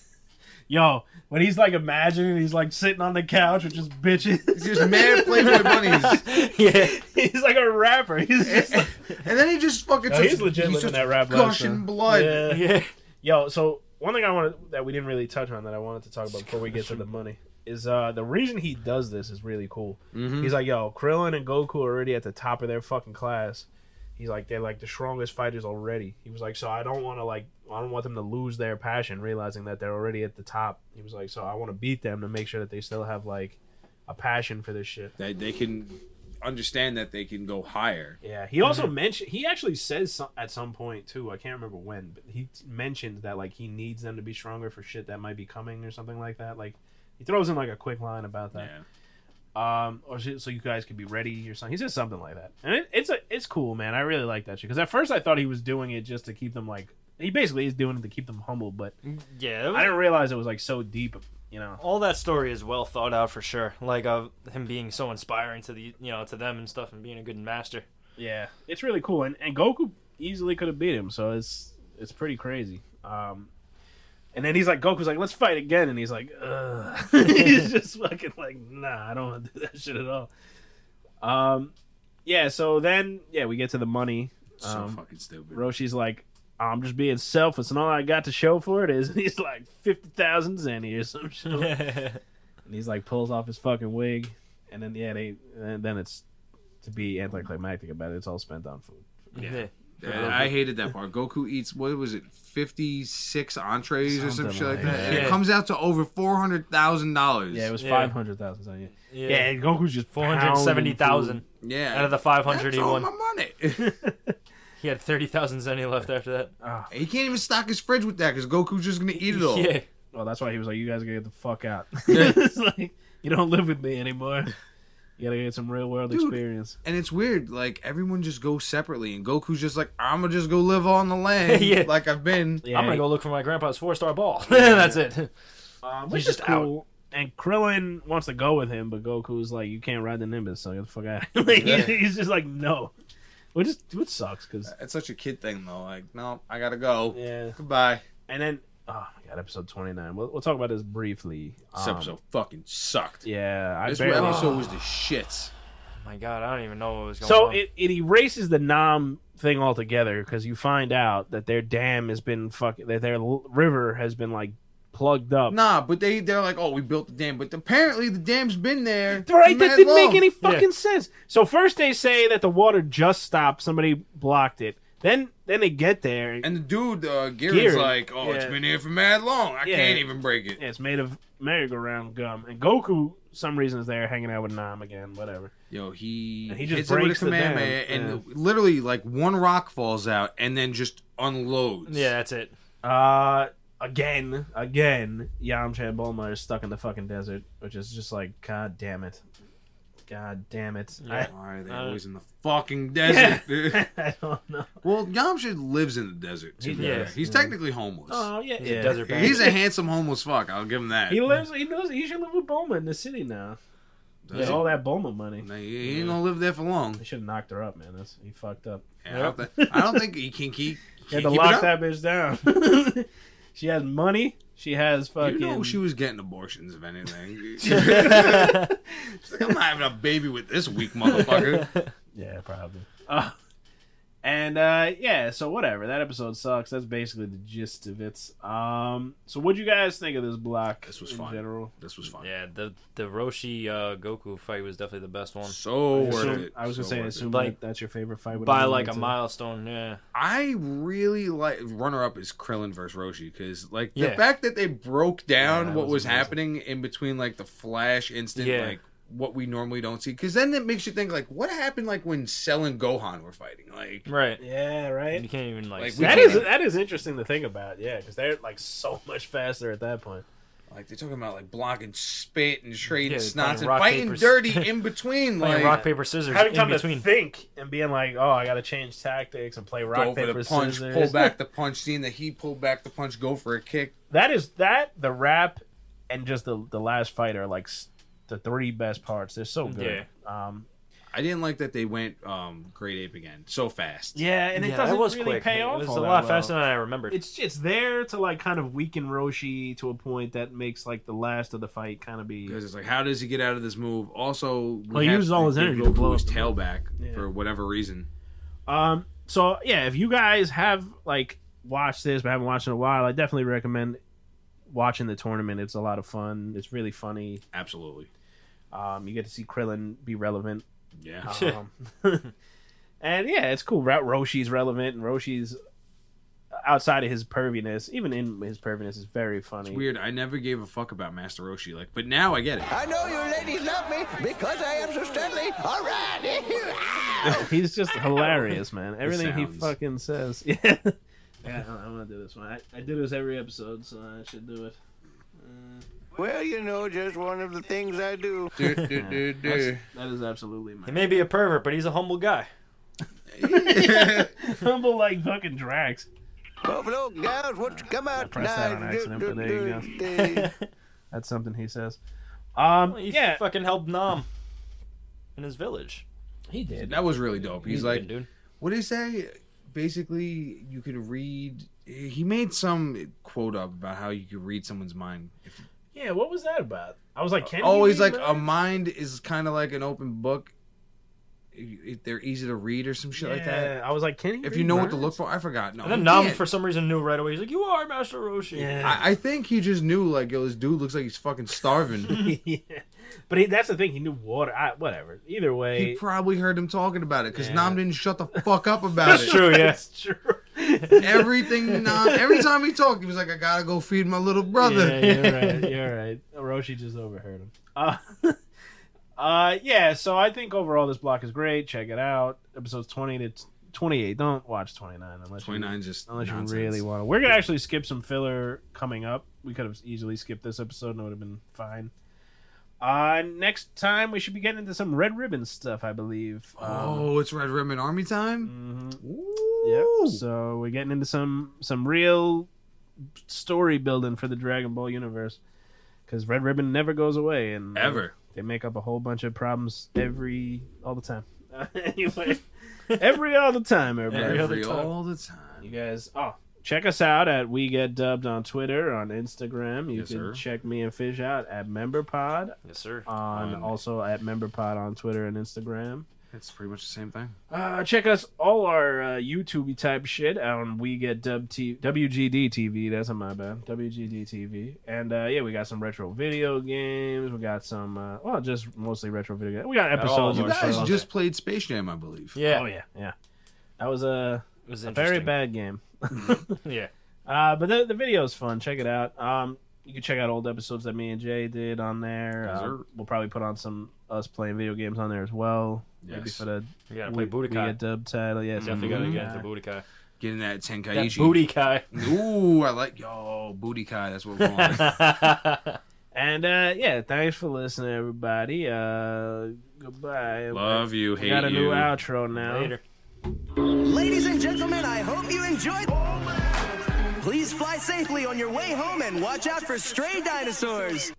Speaker 4: yo, when he's like imagining, he's like sitting on the couch with just bitches.
Speaker 3: He's just mad Playboy bunnies,
Speaker 5: Yeah.
Speaker 4: he's like a rapper. He's just like,
Speaker 3: and then he just fucking.
Speaker 4: Eh, No,
Speaker 3: starts-
Speaker 4: he's legit
Speaker 3: he
Speaker 4: living
Speaker 3: starts
Speaker 4: that rap life,
Speaker 3: gushing
Speaker 4: son.
Speaker 3: blood.
Speaker 4: Yeah.
Speaker 5: Yeah.
Speaker 4: Yo, so one thing I wanted that we didn't really touch on that I wanted to talk about before we get to the money is uh the reason he does this is really cool. He's like, yo, Krillin and Goku are already at the top of their fucking class. He's like, they're like the strongest fighters already. He was like, so I don't want to like, I don't want them to lose their passion, realizing that they're already at the top. He was like, so I want to beat them to make sure that they still have like a passion for this shit.
Speaker 3: That they can understand that they can go higher.
Speaker 4: Yeah, he also mentioned he actually says some, at some point too. I can't remember when, but he t- mentions that like he needs them to be stronger for shit that might be coming or something like that. Like he throws in like a quick line about that.
Speaker 3: Yeah.
Speaker 4: Um, or so, so you guys could be ready or something. He says something like that, and it, it's a it's cool, man. I really like that shit because at first I thought he was doing it just to keep them like he basically is doing it to keep them humble, but
Speaker 5: Yeah. it was-
Speaker 4: I didn't realize it was like so deep, you know.
Speaker 5: all that story is well thought out for sure. Like of him being so inspiring to the you know to them and stuff, and being a good master.
Speaker 4: Yeah, it's really cool, and and Goku easily could have beat him, so it's it's pretty crazy. Um, and then he's like, Goku's like, let's fight again, and he's like, Ugh. he's just fucking like, nah, I don't want to do that shit at all. Um, yeah, so then yeah, we get to the money.
Speaker 3: So
Speaker 4: Um,
Speaker 3: fucking stupid.
Speaker 4: Roshi's like, I'm just being selfless, and all I got to show for it is, and he's like fifty thousand zenny or some shit, and he's like pulls off his fucking wig, and then yeah, they and then it's to be anticlimactic about it. It's all spent on food.
Speaker 5: Yeah.
Speaker 3: Uh, I hated that part. Goku eats what was it, fifty six entrees or some
Speaker 4: Something
Speaker 3: shit like
Speaker 4: like
Speaker 3: that.
Speaker 4: that.
Speaker 3: And it
Speaker 5: Yeah.
Speaker 3: comes out to over four hundred thousand dollars.
Speaker 4: Yeah, it was
Speaker 5: Yeah.
Speaker 4: five hundred thousand. So yeah.
Speaker 5: Yeah.
Speaker 4: yeah, and Goku's just
Speaker 5: Four hundred seventy thousand
Speaker 3: yeah.
Speaker 5: out of the five hundred
Speaker 3: That's
Speaker 5: he
Speaker 3: all
Speaker 5: won.
Speaker 3: my money.
Speaker 5: He had thirty thousand zenny left after that.
Speaker 3: he can't even stock his fridge with that because Goku's just gonna eat it all.
Speaker 5: Yeah,
Speaker 4: Well, Oh, that's why he was like, "You guys gotta get the fuck out." it's like you don't live with me anymore. You gotta get some real world
Speaker 3: Dude.
Speaker 4: experience.
Speaker 3: And it's weird, like everyone just goes separately, and Goku's just like, "I'm gonna just go live on the land,
Speaker 5: Yeah.
Speaker 3: like I've been."
Speaker 4: Yeah,
Speaker 5: I'm gonna go look for my grandpa's four star ball. That's it.
Speaker 4: Um, Which
Speaker 5: He's
Speaker 4: is
Speaker 5: just
Speaker 4: cool. And Krillin wants to go with him, but Goku's like, "You can't ride the Nimbus, so get the fuck out." like,
Speaker 3: Yeah.
Speaker 4: He's just like, "No," which is which sucks because
Speaker 3: It's such a kid thing, though. Like, no, I gotta go.
Speaker 4: yeah.
Speaker 3: Goodbye.
Speaker 4: And then oh my god, episode twenty nine. We'll, we'll talk about this briefly.
Speaker 3: This
Speaker 4: Um,
Speaker 3: episode fucking sucked.
Speaker 4: Yeah, I
Speaker 3: this
Speaker 4: barely.
Speaker 3: episode was the shits.
Speaker 5: Oh my God, I don't even know what was going
Speaker 4: So
Speaker 5: on.
Speaker 4: it, it erases the Nam thing altogether because you find out that their dam has been fucking that their l- river has been like plugged up.
Speaker 3: Nah, but they they're like, oh, we built the dam, but apparently the dam's been there.
Speaker 4: Right,
Speaker 3: mad
Speaker 4: that didn't
Speaker 3: long.
Speaker 4: make any fucking sense. So first they say that the water just stopped, somebody blocked it. Then then they get there, and
Speaker 3: And the dude, uh, Gary's
Speaker 4: Geared,
Speaker 3: like, oh, it's
Speaker 4: yeah.
Speaker 3: been here for mad long. I
Speaker 4: Yeah.
Speaker 3: can't even break it.
Speaker 4: yeah, it's made of merry-go-round gum. And Goku, some reason is there hanging out with Nam again, whatever.
Speaker 3: Yo, he,
Speaker 4: And he just
Speaker 3: hits it with a
Speaker 4: breaks the dam,
Speaker 3: Kamehameha, and literally like one rock falls out, and then just unloads.
Speaker 5: yeah, that's it.
Speaker 4: Uh, again, again, Yamcha and Bulma are stuck in the fucking desert, which is just like, god damn it, god damn it. I-
Speaker 3: Why are they
Speaker 5: Uh,
Speaker 3: always in the fucking desert? dude?
Speaker 4: I don't know.
Speaker 3: well, Yamcha lives in the desert. To
Speaker 4: He
Speaker 3: be fair.
Speaker 5: does,
Speaker 3: He's
Speaker 4: yeah.
Speaker 3: technically homeless.
Speaker 4: Oh yeah,
Speaker 5: He's a desert bandit.
Speaker 3: He's a handsome homeless fuck. I'll give him that.
Speaker 4: He lives. He knows. He should live with Bulma in the city now.
Speaker 3: Does
Speaker 4: With
Speaker 3: he?
Speaker 4: all that Bulma money.
Speaker 3: Nah, He he ain't gonna live there for long.
Speaker 4: They should have knocked her up, man. That's he fucked up.
Speaker 3: Yeah, I, don't thi- I don't think he can keep.
Speaker 4: He had
Speaker 3: can't
Speaker 4: to
Speaker 3: keep it
Speaker 4: lock
Speaker 3: up.
Speaker 4: that bitch down. she has money. She has
Speaker 3: You
Speaker 4: fucking.
Speaker 3: know she was getting abortions, if anything. She's like, I'm not having a baby with this weak motherfucker.
Speaker 4: Yeah, probably. Uh, and uh, yeah, so whatever. That episode sucks. That's basically the gist of it. Um, so what do you guys think of this block?
Speaker 3: This was
Speaker 4: in
Speaker 3: fun.
Speaker 4: general.
Speaker 3: This was fun.
Speaker 5: Yeah, the the Roshi uh, Goku fight was definitely the best one
Speaker 3: So worth
Speaker 4: Assume-
Speaker 3: it.
Speaker 4: I was gonna
Speaker 3: So
Speaker 4: say, I
Speaker 3: worth it.
Speaker 4: assume
Speaker 5: Like,
Speaker 4: that that's your favorite fight. with
Speaker 5: by
Speaker 4: everyone
Speaker 5: like a
Speaker 4: to-
Speaker 5: milestone. Yeah,
Speaker 3: I really like runner up is Krillin versus Roshi because like the
Speaker 5: Yeah.
Speaker 3: fact that they broke down
Speaker 4: Yeah, that
Speaker 3: what
Speaker 4: was
Speaker 3: was,
Speaker 4: amazing.
Speaker 3: happening in between like the Flash instant
Speaker 5: Yeah.
Speaker 3: like what we normally don't see because then it makes you think like what happened like when Cell and Gohan were fighting like
Speaker 5: right.
Speaker 4: Yeah,
Speaker 5: You
Speaker 4: right.
Speaker 5: can't even like.
Speaker 3: Like,
Speaker 5: see
Speaker 3: we
Speaker 4: That
Speaker 5: it.
Speaker 4: is that is interesting to think about. Yeah, because they're like so much faster at that point.
Speaker 3: like they're talking about like blocking spit and trading
Speaker 5: Yeah, they're
Speaker 3: snots
Speaker 5: playing
Speaker 3: and
Speaker 5: rock,
Speaker 3: biting
Speaker 5: paper, s-
Speaker 3: dirty in between
Speaker 5: playing
Speaker 3: like
Speaker 5: rock paper scissors
Speaker 4: Having
Speaker 5: in
Speaker 4: time
Speaker 5: between.
Speaker 4: to think and being like, oh, I got to change tactics and play rock
Speaker 3: go for
Speaker 4: paper
Speaker 3: the punch
Speaker 4: scissors.
Speaker 3: pull back the punch seeing that he pulled back the punch go for a kick
Speaker 4: that is that the rap and just the the last fight are like s- the three best parts. They're so good. Um,
Speaker 3: I didn't like that they went um Great Ape again so fast
Speaker 4: yeah, and it
Speaker 5: yeah,
Speaker 4: doesn't
Speaker 5: that was
Speaker 4: really
Speaker 5: quick.
Speaker 4: pay off.
Speaker 5: It was
Speaker 4: all
Speaker 5: a
Speaker 4: that
Speaker 5: lot
Speaker 4: well.
Speaker 5: faster than I remembered.
Speaker 4: It's it's there to like kind of weaken Roshi to a point that makes like the last of the fight kind of be.
Speaker 3: Because it's like, how does he get out of this move? Also,
Speaker 4: Well, he uses all his energy to
Speaker 3: to
Speaker 4: blow
Speaker 3: Goku his
Speaker 4: up the
Speaker 3: tail back
Speaker 4: Yeah.
Speaker 3: for whatever reason.
Speaker 4: Um. So yeah, if you guys have like watched this but haven't watched it in a while, I definitely recommend watching the tournament. It's a lot of fun. It's really funny.
Speaker 3: Absolutely,
Speaker 4: Um, you get to see Krillin be relevant.
Speaker 3: yeah.
Speaker 4: Um, and yeah, it's cool. Ra- Roshi's relevant, and Roshi's outside of his perviness, even in his perviness, is very funny.
Speaker 3: It's weird. I never gave a fuck about Master Roshi, like, but now I get it.
Speaker 1: I know you ladies love me because I am so Stanley. All right.
Speaker 4: He's just hilarious, man. Everything he
Speaker 3: sounds.
Speaker 4: fucking says. Yeah. yeah I- I'm gonna do this one. I, I do this every episode, so I should do it.
Speaker 1: well, you know, just one of the things I do.
Speaker 3: Du- du- du- du.
Speaker 4: That is absolutely my
Speaker 5: he may be a pervert, but he's a humble guy.
Speaker 4: humble like fucking Drax.
Speaker 1: Buffalo gals, what's come out
Speaker 4: pressed that on
Speaker 1: tonight?
Speaker 4: accident, but there you
Speaker 1: go.
Speaker 4: That's something he says. Um,
Speaker 5: Well, he
Speaker 4: yeah,
Speaker 5: fucking helped Nam in his village.
Speaker 4: he did.
Speaker 3: That was really dope. He's
Speaker 5: good,
Speaker 3: like,
Speaker 5: dude.
Speaker 3: what did he say? Basically, you could read. He made some quote up about how you could read someone's mind. If,
Speaker 4: Yeah, what was that about? I was like, can
Speaker 3: oh, he's
Speaker 4: he
Speaker 3: like,
Speaker 4: read
Speaker 3: a mind
Speaker 4: minds?
Speaker 3: is kind of like an open book. it- they're easy to read or some shit like that.
Speaker 4: I was like, can he?
Speaker 3: If you know what to look for, I forgot. No,
Speaker 5: And then
Speaker 3: you
Speaker 5: Nam
Speaker 3: can't.
Speaker 5: for some reason knew right away. He's like, "You are Master Roshi."
Speaker 4: Yeah.
Speaker 3: I, I think he just knew like yo, this dude looks like he's fucking starving.
Speaker 4: yeah. But he, that's the thing. He knew water. I, whatever. Either way,
Speaker 3: he probably heard him talking about it because
Speaker 4: Yeah.
Speaker 3: Nam didn't shut the fuck up about it.
Speaker 5: That's true. Yeah.
Speaker 4: that's true.
Speaker 3: Everything Nam, every time he talked, he was like, "I gotta go feed my little brother."
Speaker 4: Yeah, you're right. You're right. Orochi just overheard him. Uh, uh, yeah. So I think overall this block is great. Check it out. Episodes twenty to t- twenty-eight. Don't watch twenty-nine unless you-
Speaker 3: 29 's just
Speaker 4: unless
Speaker 3: nonsense.
Speaker 4: you really want to. We're gonna actually skip some filler coming up. We could have easily skipped this episode and it would have been fine. Uh, next time we should be getting into some red ribbon stuff, I believe.
Speaker 3: Oh, it's Red Ribbon Army time.
Speaker 4: hmm
Speaker 3: Mm-hmm.
Speaker 4: Yep.
Speaker 3: Ooh.
Speaker 4: So we're getting into some some real story building for the Dragon Ball universe because Red Ribbon never goes away, and
Speaker 3: Ever.
Speaker 4: they make up a whole bunch of problems every all the time. anyway, every all the time,
Speaker 3: Every,
Speaker 4: everybody.
Speaker 5: other time.
Speaker 3: all the time.
Speaker 4: You guys, oh, check us out at We Get Dubbed on Twitter, on Instagram. You
Speaker 3: Yes,
Speaker 4: can
Speaker 3: sir.
Speaker 4: check me and Fish out at MemberPod
Speaker 5: Yes, sir.
Speaker 4: on
Speaker 3: Um,
Speaker 4: also at MemberPod on Twitter and Instagram.
Speaker 3: It's pretty much the same thing.
Speaker 4: Uh, check us all our uh, YouTube type shit on We Get Dub T- WGD TV. That's not my bad. WGD TV. And uh, yeah, we got some retro video games. We got some, uh, well, just mostly retro video games. We got
Speaker 5: Got all
Speaker 4: episodes.
Speaker 5: of our
Speaker 3: You
Speaker 4: of our
Speaker 3: guys
Speaker 4: show.
Speaker 3: just played Space Jam, I believe.
Speaker 5: Yeah.
Speaker 4: Oh, yeah. Yeah. That was a,
Speaker 5: It was
Speaker 4: a very
Speaker 5: interesting.
Speaker 4: bad game.
Speaker 5: Yeah.
Speaker 4: Uh, but the, the video is fun. Check it out. Um, you can check out old episodes that me and Jay did on there.
Speaker 3: Yes,
Speaker 4: Uh,
Speaker 3: sir.
Speaker 4: we'll probably put on some us playing video games on there as well. Maybe
Speaker 3: Yes.
Speaker 4: for the
Speaker 5: We gotta
Speaker 4: we,
Speaker 5: play
Speaker 4: we Mm-hmm.
Speaker 5: Budokai.
Speaker 4: get dub title. Yeah,
Speaker 5: Definitely gotta
Speaker 4: something
Speaker 5: get
Speaker 4: like
Speaker 5: the Budokai.
Speaker 3: Getting that Tenkaichi.
Speaker 5: That booty kai.
Speaker 3: Ooh, I like yo booty kai. That's what we're on.
Speaker 4: And uh, yeah, thanks for listening, everybody. Uh, goodbye.
Speaker 3: Love you,
Speaker 4: We
Speaker 3: hate
Speaker 4: got a
Speaker 3: you.
Speaker 4: new outro now.
Speaker 5: Later.
Speaker 9: Ladies and gentlemen, I hope you enjoyed. Please fly safely on your way home and watch out for stray dinosaurs.